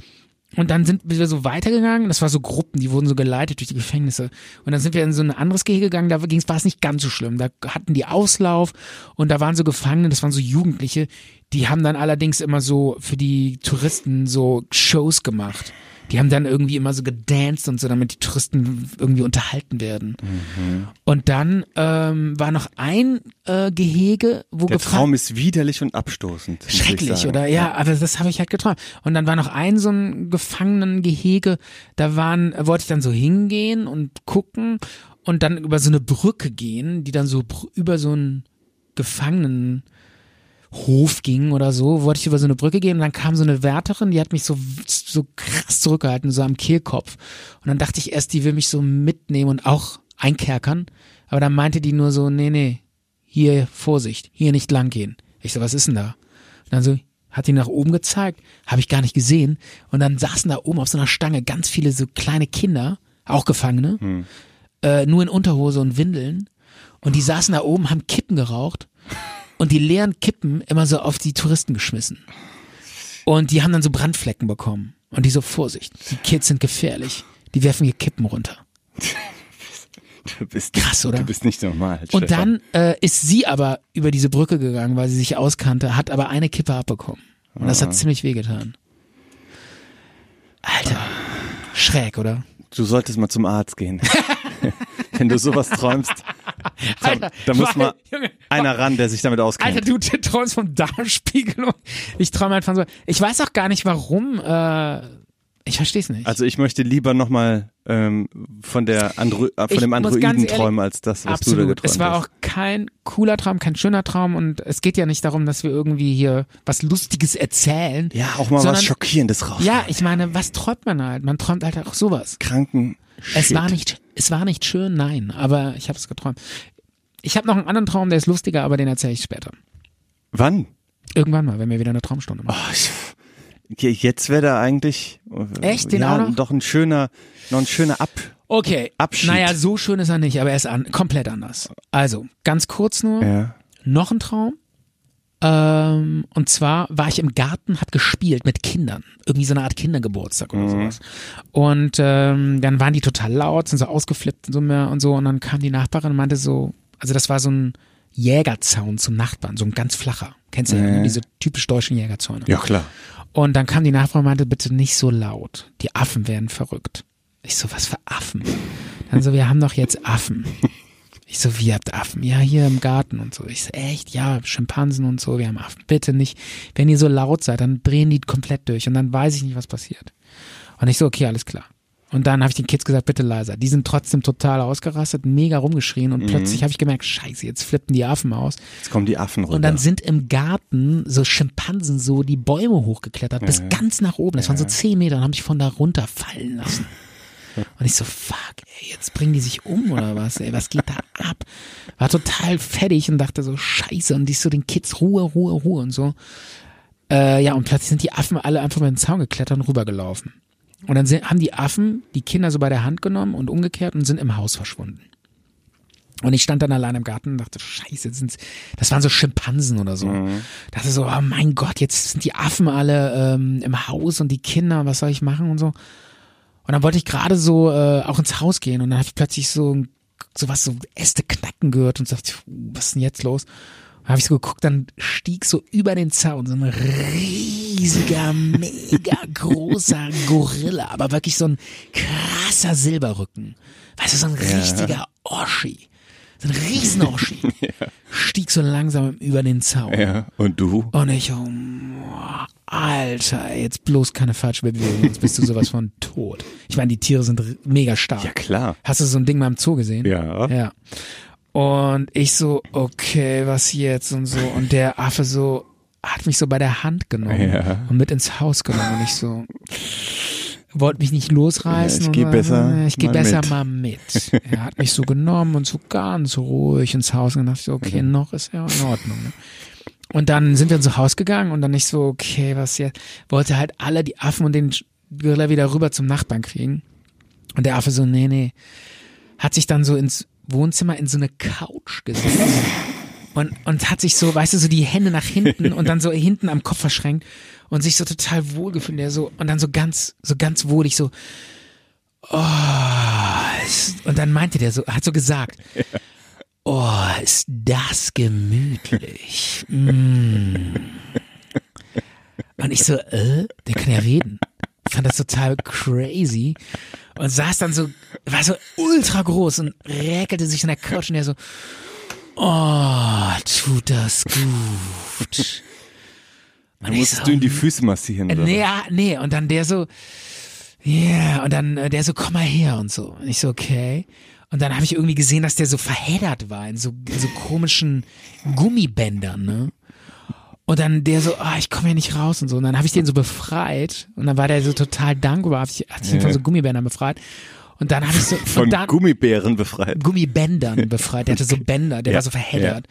Und dann sind wir so weitergegangen, das war so Gruppen, die wurden so geleitet durch die Gefängnisse. Und dann sind wir in so ein anderes Gehege gegangen, da ging's, war es nicht ganz so schlimm. Da hatten die Auslauf und da waren so Gefangene, das waren so Jugendliche, die haben dann allerdings immer so für die Touristen so Shows gemacht. Die haben dann irgendwie immer so gedanced und so, damit die Touristen irgendwie unterhalten werden. Mhm. Und dann ähm, war noch ein äh, Gehege, wo Der gefragt Traum ist widerlich und abstoßend. muss ich Schrecklich, sagen. oder? Ja, aber das habe ich halt geträumt. Und dann war noch ein so ein Gefangenengehege, da waren, wollte ich dann so hingehen und gucken und dann über so eine Brücke gehen, die dann so br- über so einen Gefangenenhof ging oder so, wollte ich über so eine Brücke gehen und dann kam so eine Wärterin, die hat mich so, so krass zurückgehalten, so am Kehlkopf. Und dann dachte ich erst, die will mich so mitnehmen und auch einkerkern. Aber dann meinte die nur so, nee, nee, hier Vorsicht, hier nicht lang gehen. Ich so, was ist denn da? Und dann so, hat die nach oben gezeigt, habe ich gar nicht gesehen. Und dann saßen da oben auf so einer Stange ganz viele so kleine Kinder, auch Gefangene, äh, nur in Unterhose und Windeln. Und die saßen da oben, haben Kippen geraucht und die leeren Kippen immer so auf die Touristen geschmissen. Und die haben dann so Brandflecken bekommen. Und die so, Vorsicht, die Kids sind gefährlich. Die werfen hier Kippen runter. Du bist, Krass, oder? Du bist nicht normal. Und Stefan. dann äh, ist sie aber über diese Brücke gegangen, weil sie sich auskannte, hat aber eine Kippe abbekommen. Und Ah. das hat ziemlich wehgetan. Alter. Schräg, oder? Du solltest mal zum Arzt gehen. Wenn du sowas träumst, da, da muss weil- mal Junge, einer ran, der sich damit auskennt. Alter, du träumst vom Darmspiegel. und Ich träume halt von so. Ich weiß auch gar nicht, warum. Äh, ich verstehe es nicht. also ich möchte lieber nochmal ähm, von der Andro äh, von Ich dem muss Androiden ganz ehrlich- träumen als das, was Absolut. du da geträumt es war hast. auch kein cooler Traum, kein schöner Traum und es geht ja nicht darum, dass wir irgendwie hier was Lustiges erzählen. ja, auch mal sondern- was Schockierendes raus. Ja, ich meine, was träumt man halt? Man träumt halt auch sowas. Kranken. Es Shit. war nicht, es war nicht schön, nein, aber ich habe es geträumt. Ich habe noch einen anderen Traum, der ist lustiger, aber den erzähle ich später. Wann? Irgendwann mal, wenn wir wieder eine Traumstunde machen. Oh, ich- Je- Jetzt wäre da eigentlich äh, Echt? Den ja, auch noch? doch ein schöner, noch ein schöner Ab. Okay. Abschied. Naja, so schön ist er nicht, aber er ist an, komplett anders. Also, ganz kurz nur, Ja. noch ein Traum. Ähm, und zwar war ich im Garten, hab gespielt mit Kindern. Irgendwie so eine Art Kindergeburtstag oder sowas. Und ähm, dann waren die total laut, sind so ausgeflippt und so mehr und so. Und dann kam die Nachbarin und meinte so, also das war so ein Jägerzaun zum Nachbarn, so ein ganz flacher. Kennst du ja, ne? diese typisch deutschen Jägerzäune. Ja klar. Und dann kam die Nachbarin und meinte, bitte nicht so laut. Die Affen werden verrückt. Ich so, was für Affen? Dann so, wir haben doch jetzt Affen. Ich so, wie ihr habt Affen? Ja, hier im Garten und so. Ich so, echt? Ja, Schimpansen und so, wir haben Affen. Bitte nicht. Wenn ihr so laut seid, dann drehen die komplett durch und dann weiß ich nicht, was passiert. Und ich so, okay, alles klar. Und dann habe ich den Kids gesagt, bitte leiser. Die sind trotzdem total ausgerastet, mega rumgeschrien und plötzlich habe ich gemerkt, scheiße, jetzt flippen die Affen aus. Jetzt kommen die Affen runter. Und dann sind im Garten so Schimpansen so die Bäume hochgeklettert, bis ganz nach oben. Das waren so zehn Meter und haben mich von da runterfallen lassen. Und ich so, fuck, ey, jetzt bringen die sich um oder was, ey, was geht da ab? War total fertig und dachte so, scheiße, und ich so den Kids, Ruhe, Ruhe, Ruhe und so. Äh, ja, und plötzlich sind die Affen alle einfach über den Zaun geklettert und rübergelaufen. Und dann sind, haben die Affen die Kinder so bei der Hand genommen und umgekehrt und sind im Haus verschwunden. Und ich stand dann allein im Garten und dachte, scheiße, jetzt sind's, das waren so Schimpansen oder so. Dachte so, oh mein Gott, jetzt sind die Affen alle ähm, im Haus und die Kinder, was soll ich machen und so. Und dann wollte ich gerade so äh, auch ins Haus gehen und dann habe ich plötzlich so ein- sowas, so Äste knacken gehört und dachte, "Uh, was ist denn jetzt los? Dann habe ich so geguckt, dann stieg so über den Zaun so ein riesiger, mega großer Gorilla, aber wirklich so ein krasser Silberrücken. Weißt du, so ein richtiger Oschi. So ein riesen Oschi. Stieg so langsam über den Zaun. ja. Und du? Und ich, oh, boah, Alter, jetzt bloß keine falsche Bewegung, sonst bist du sowas von tot. Ich meine, die Tiere sind r- mega stark. Ja klar. Hast du so ein Ding mal im Zoo gesehen? Ja. Ja. Und ich so, okay, was jetzt und so. Und der Affe so, hat mich so bei der Hand genommen Ja. und mit ins Haus genommen. Und ich so, wollte mich nicht losreißen. Ja, ich geh und, ne? besser Ich geh mal besser mit. mal mit. Er hat mich so genommen und so ganz ruhig ins Haus und dachte ich so, okay, noch ist er in Ordnung. Ne? Und dann sind wir ins Haus gegangen und dann nicht so, okay, was jetzt? Wollte halt alle die Affen und den Sch- Gorilla wieder rüber zum Nachbarn kriegen. Und der Affe so, nee, nee. Hat sich dann so ins Wohnzimmer in so eine Couch gesetzt. Und, und hat sich so, weißt du, so die Hände nach hinten und dann so hinten am Kopf verschränkt und sich so total wohlgefühlt. Der so, und dann so ganz, so ganz wohlig, so, oh, ist, und dann meinte der so, hat so gesagt, oh, ist das gemütlich. Mm. Und ich so, äh, der kann ja reden. fand das total crazy und saß dann so, war so ultra groß und räkelte sich in der Couch und der so, oh, tut das gut. Und ich so, Musstest du ihm die Füße massieren? Oder? Nee, ja, nee, und dann der so, ja, und dann äh, der so, komm mal her und so. Und ich so, okay. Und dann habe ich irgendwie gesehen, dass der so verheddert war in so, in so komischen Gummibändern, ne? Und dann der so, ah, ich komme hier nicht raus und so. Und dann habe ich den so befreit. Und dann war der so total dankbar. Hab ich, hat ihn von so Gummibändern befreit. Und dann habe ich so. Von und dann, Gummibären befreit. Gummibändern befreit. Der hatte so Bänder, der Ja, war so verheddert.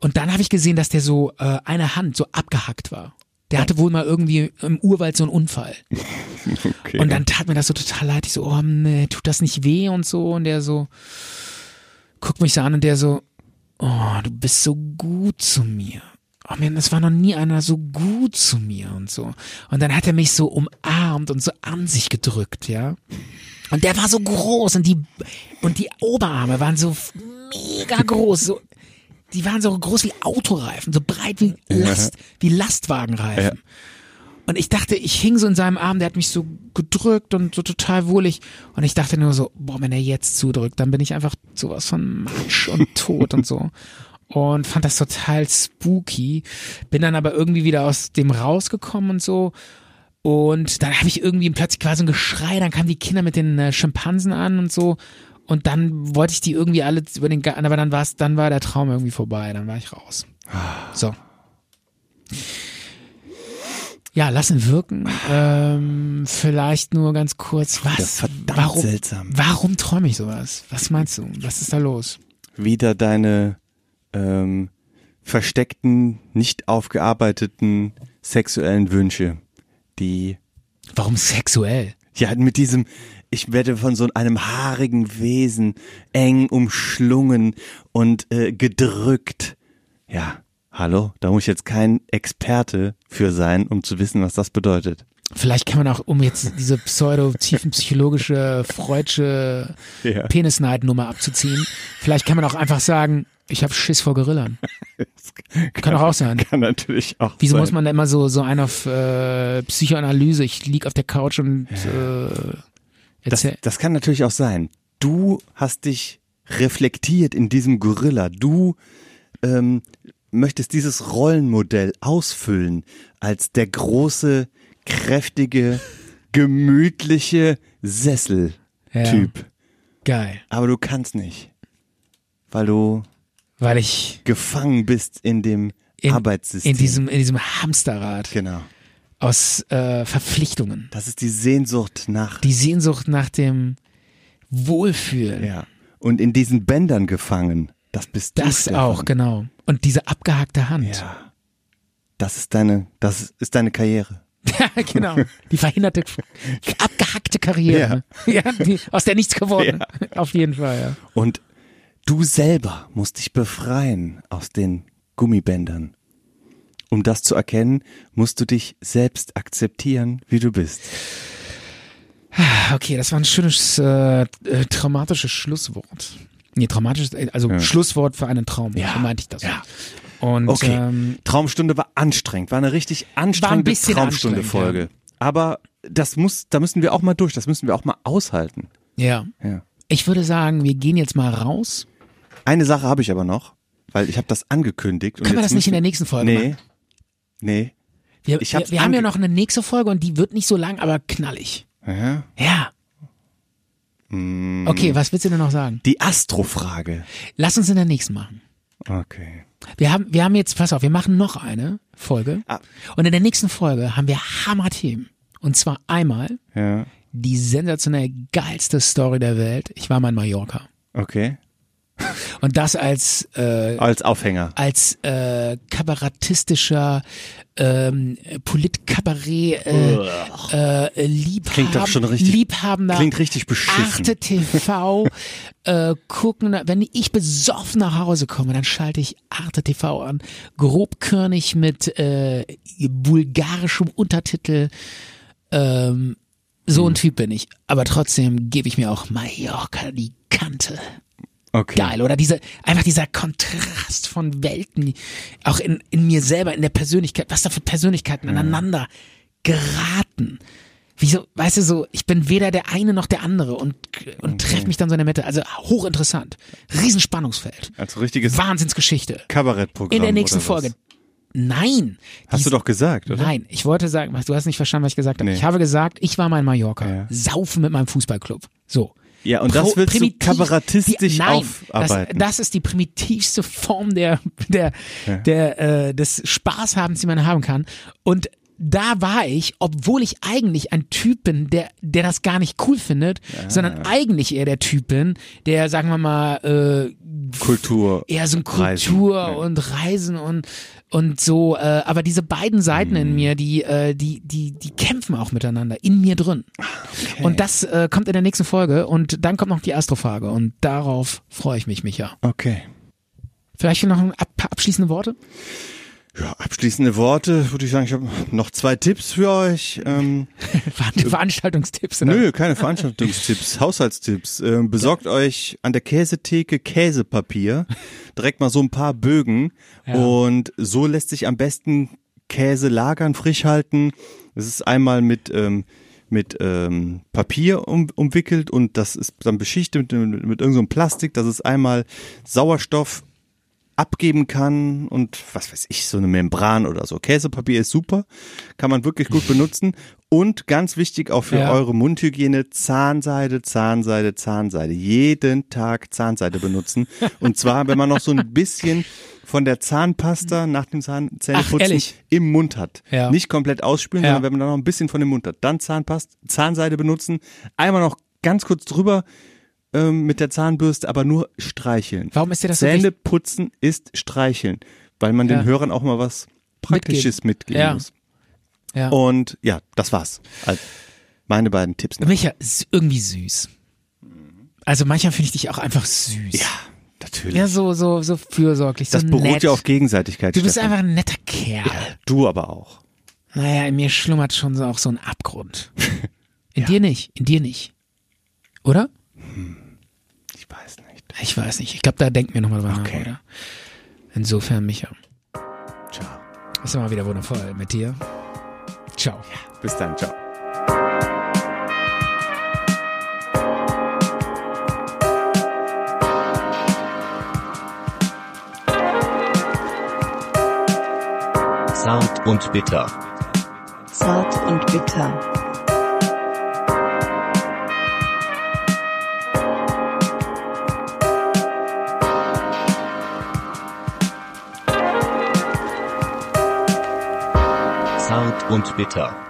Und dann habe ich gesehen, dass der so äh, eine Hand so abgehackt war. Der hatte wohl mal irgendwie im Urwald so einen Unfall. Okay. Und dann tat mir das so total leid. Ich so, oh, nee, tut das nicht weh und so. Und der so, guckt mich so an und der so, oh, du bist so gut zu mir. Oh man, das war noch nie einer so gut zu mir und so. Und dann hat er mich so umarmt und so an sich gedrückt, ja. Und der war so groß und die, und die Oberarme waren so f- mega groß, so, die waren so groß wie Autoreifen, so breit wie Last, wie Lastwagenreifen. Und ich dachte, ich hing so in seinem Arm, der hat mich so gedrückt und so total wohlig. Und ich dachte nur so, boah, wenn er jetzt zudrückt, dann bin ich einfach sowas von Matsch und tot und so. Und fand das total spooky. Bin dann aber irgendwie wieder aus dem rausgekommen und so. Und dann habe ich irgendwie plötzlich quasi ein Geschrei, dann kamen die Kinder mit den äh, Schimpansen an und so. Und dann wollte ich die irgendwie alle über den Garten, aber dann war es, dann war der Traum irgendwie vorbei, dann war ich raus. So. Ja, lass ihn wirken. Ähm, vielleicht nur ganz kurz. Was? verdammt warum, seltsam. Warum träume ich sowas? Was meinst du? Was ist da los? Wieder deine ähm, versteckten, nicht aufgearbeiteten sexuellen Wünsche, die Warum sexuell? Ja, mit diesem, ich werde von so einem haarigen Wesen eng umschlungen und äh, gedrückt. Ja, hallo, da muss ich jetzt kein Experte für sein, um zu wissen, was das bedeutet. Vielleicht kann man auch, um jetzt diese pseudo-tiefenpsychologische, freudsche Ja. Penisneid-Nummer abzuziehen, vielleicht kann man auch einfach sagen, ich habe Schiss vor Gorillen. Kann, doch auch sein. Kann natürlich auch Wieso sein. muss man da immer so, so einen auf äh, Psychoanalyse? Ich lieg auf der Couch und äh, Das, erzähl. das kann natürlich auch sein. Du hast dich reflektiert in diesem Gorilla. Du ähm, möchtest dieses Rollenmodell ausfüllen als der große, kräftige, gemütliche Sesseltyp. Geil. Aber du kannst nicht, weil du Weil ich gefangen bist in dem in, Arbeitssystem. in, diesem, in diesem Hamsterrad genau. aus äh, Verpflichtungen. Das ist die Sehnsucht nach. Die Sehnsucht nach dem Wohlfühlen. ja. Und in diesen Bändern gefangen. Das bist du. Das Stefan. auch, genau. Und diese abgehackte Hand. Ja. Das ist deine, das ist deine Karriere. Ja, genau. Die verhinderte, abgehackte Karriere. ne? Ja, die, aus der nichts geworden. Auf jeden Fall, ja. Und du selber musst dich befreien aus den Gummibändern. Um das zu erkennen, musst du dich selbst akzeptieren, wie du bist. Ah, Okay, das war ein schönes, äh, äh, traumatisches Schlusswort. Nee, traumatisches, äh, also Schlusswort für einen Traum. Ja. So meinte ich das. Ja. Und Okay. ähm, Traumstunde war anstrengend, war eine richtig anstrengende bisschen Traumstunde-Folge. anstrengend, Aber das muss, da müssen wir auch mal durch, das müssen wir auch mal aushalten. ja. Ja. Ich würde sagen, wir gehen jetzt mal raus. Eine Sache habe ich aber noch, weil ich habe das angekündigt. Und Können wir jetzt das nicht in der müssen- nächsten Folge Nee. machen? Nee. Wir, Ich wir, hab's wir haben ja ange- noch eine nächste Folge und die wird nicht so lang, aber knallig. Ja. Ja. Mm. Okay, was willst du denn noch sagen? Die Astrofrage. Lass uns in der nächsten machen. Okay. Wir haben, wir haben jetzt, pass auf, wir machen noch eine Folge. Ah. Und in der nächsten Folge haben wir Hammer-Themen. Und zwar einmal Ja. die sensationell geilste Story der Welt. Ich war mal in Mallorca. Okay. Und das als, äh, Als Aufhänger. als äh, kabarettistischer ähm, Politkabarett äh, äh, Liebhab Klingt doch schon richtig- liebhabender klingt richtig beschissen. Arte TV äh, gucken, wenn ich besoffen nach Hause komme, dann schalte ich Arte TV an, grobkörnig mit äh, bulgarischem Untertitel. Ähm, so ein Typ bin ich, aber trotzdem gebe ich mir auch Mallorca die Kante Okay. geil. Oder diese, einfach dieser Kontrast von Welten, auch in, Mhm. in mir selber, in der Persönlichkeit, was da für Persönlichkeiten aneinander geraten. Wieso, weißt du so, ich bin weder der eine noch der andere und, Mhm. und treffe mich dann so in der Mitte. Also hochinteressant. Riesenspannungsfeld. Also richtiges Wahnsinnsgeschichte. Kabarettprogramm. In der nächsten oder was? Folge. Nein. Hast du dies- doch gesagt, oder? Nein, ich wollte sagen, du hast nicht verstanden, was ich gesagt habe. Nee. Ich habe gesagt, ich war mal in Mallorca. Ja. Saufen mit meinem Fußballclub. So. Ja, und das willst du primitiv- kabarettistisch die, nein, aufarbeiten. Das, das ist die primitivste Form der, der, der, äh, des Spaßhabens, die man haben kann. Und da war ich, obwohl ich eigentlich ein Typ bin, der, der das gar nicht cool findet, sondern eigentlich eher der Typ bin, der, sagen wir mal, äh, Kultur. eher so ein Reisen. Kultur Ja. und Reisen und und so, äh, aber diese beiden Seiten Mhm. in mir, die äh, die die die kämpfen auch miteinander in mir drin. Und das äh, kommt in der nächsten Folge und dann kommt noch die Astrophage und darauf freue ich mich, Micha. Okay. Vielleicht noch ein ab- paar abschließende Worte. Ja, abschließende Worte würde ich sagen, ich habe noch zwei Tipps für euch. Ähm, Ver Veranstaltungstipps. Oder? nö, keine Veranstaltungstipps, Haushaltstipps. Ähm, besorgt euch an der Käsetheke Käsepapier, direkt mal so ein paar Bögen und so lässt sich am besten Käse lagern, frisch halten. Es ist einmal mit ähm, mit ähm, Papier um, umwickelt und das ist dann beschichtet mit, mit irgendeinem so einem Plastik, dass es einmal Sauerstoff abgeben kann und was weiß ich, so eine Membran oder so. Käsepapier ist super, kann man wirklich gut benutzen. Und ganz wichtig auch für Ja. eure Mundhygiene, Zahnseide, Zahnseide, Zahnseide. Jeden Tag Zahnseide benutzen. Und zwar, wenn man noch so ein bisschen von der Zahnpasta nach dem Zahn Ach, Zähneputzen ehrlich? im Mund hat. Ja. Nicht komplett ausspülen, Ja. sondern wenn man da noch ein bisschen von dem Mund hat. Dann Zahnpasta, Zahnseide benutzen, einmal noch ganz kurz drüber ähm, mit der Zahnbürste, aber nur streicheln. Warum ist dir das so Zähne wichtig? putzen ist streicheln, weil man Ja. den Hörern auch mal was Praktisches mitgeben Ja. muss. Ja. Und ja, das war's. Also meine beiden Tipps. Micha ist irgendwie süß. Also manchmal finde ich dich auch einfach süß. Mhm. Ja, natürlich. Ja, so so so fürsorglich. das so beruht nett. ja auf Gegenseitigkeit. Du bist Stefan. einfach ein netter Kerl. Du aber auch. Naja, in mir schlummert schon so auch so ein Abgrund. In dir nicht, in dir nicht. Oder? Ich weiß nicht. Ich weiß nicht. Ich glaube, da denken wir nochmal drüber nach, Okay. oder? Insofern, Micha. Ciao. Ist immer wieder wundervoll mit dir. Ciao. Bis dann. Ciao. Zart und bitter. Zart und bitter. Zart und bitter.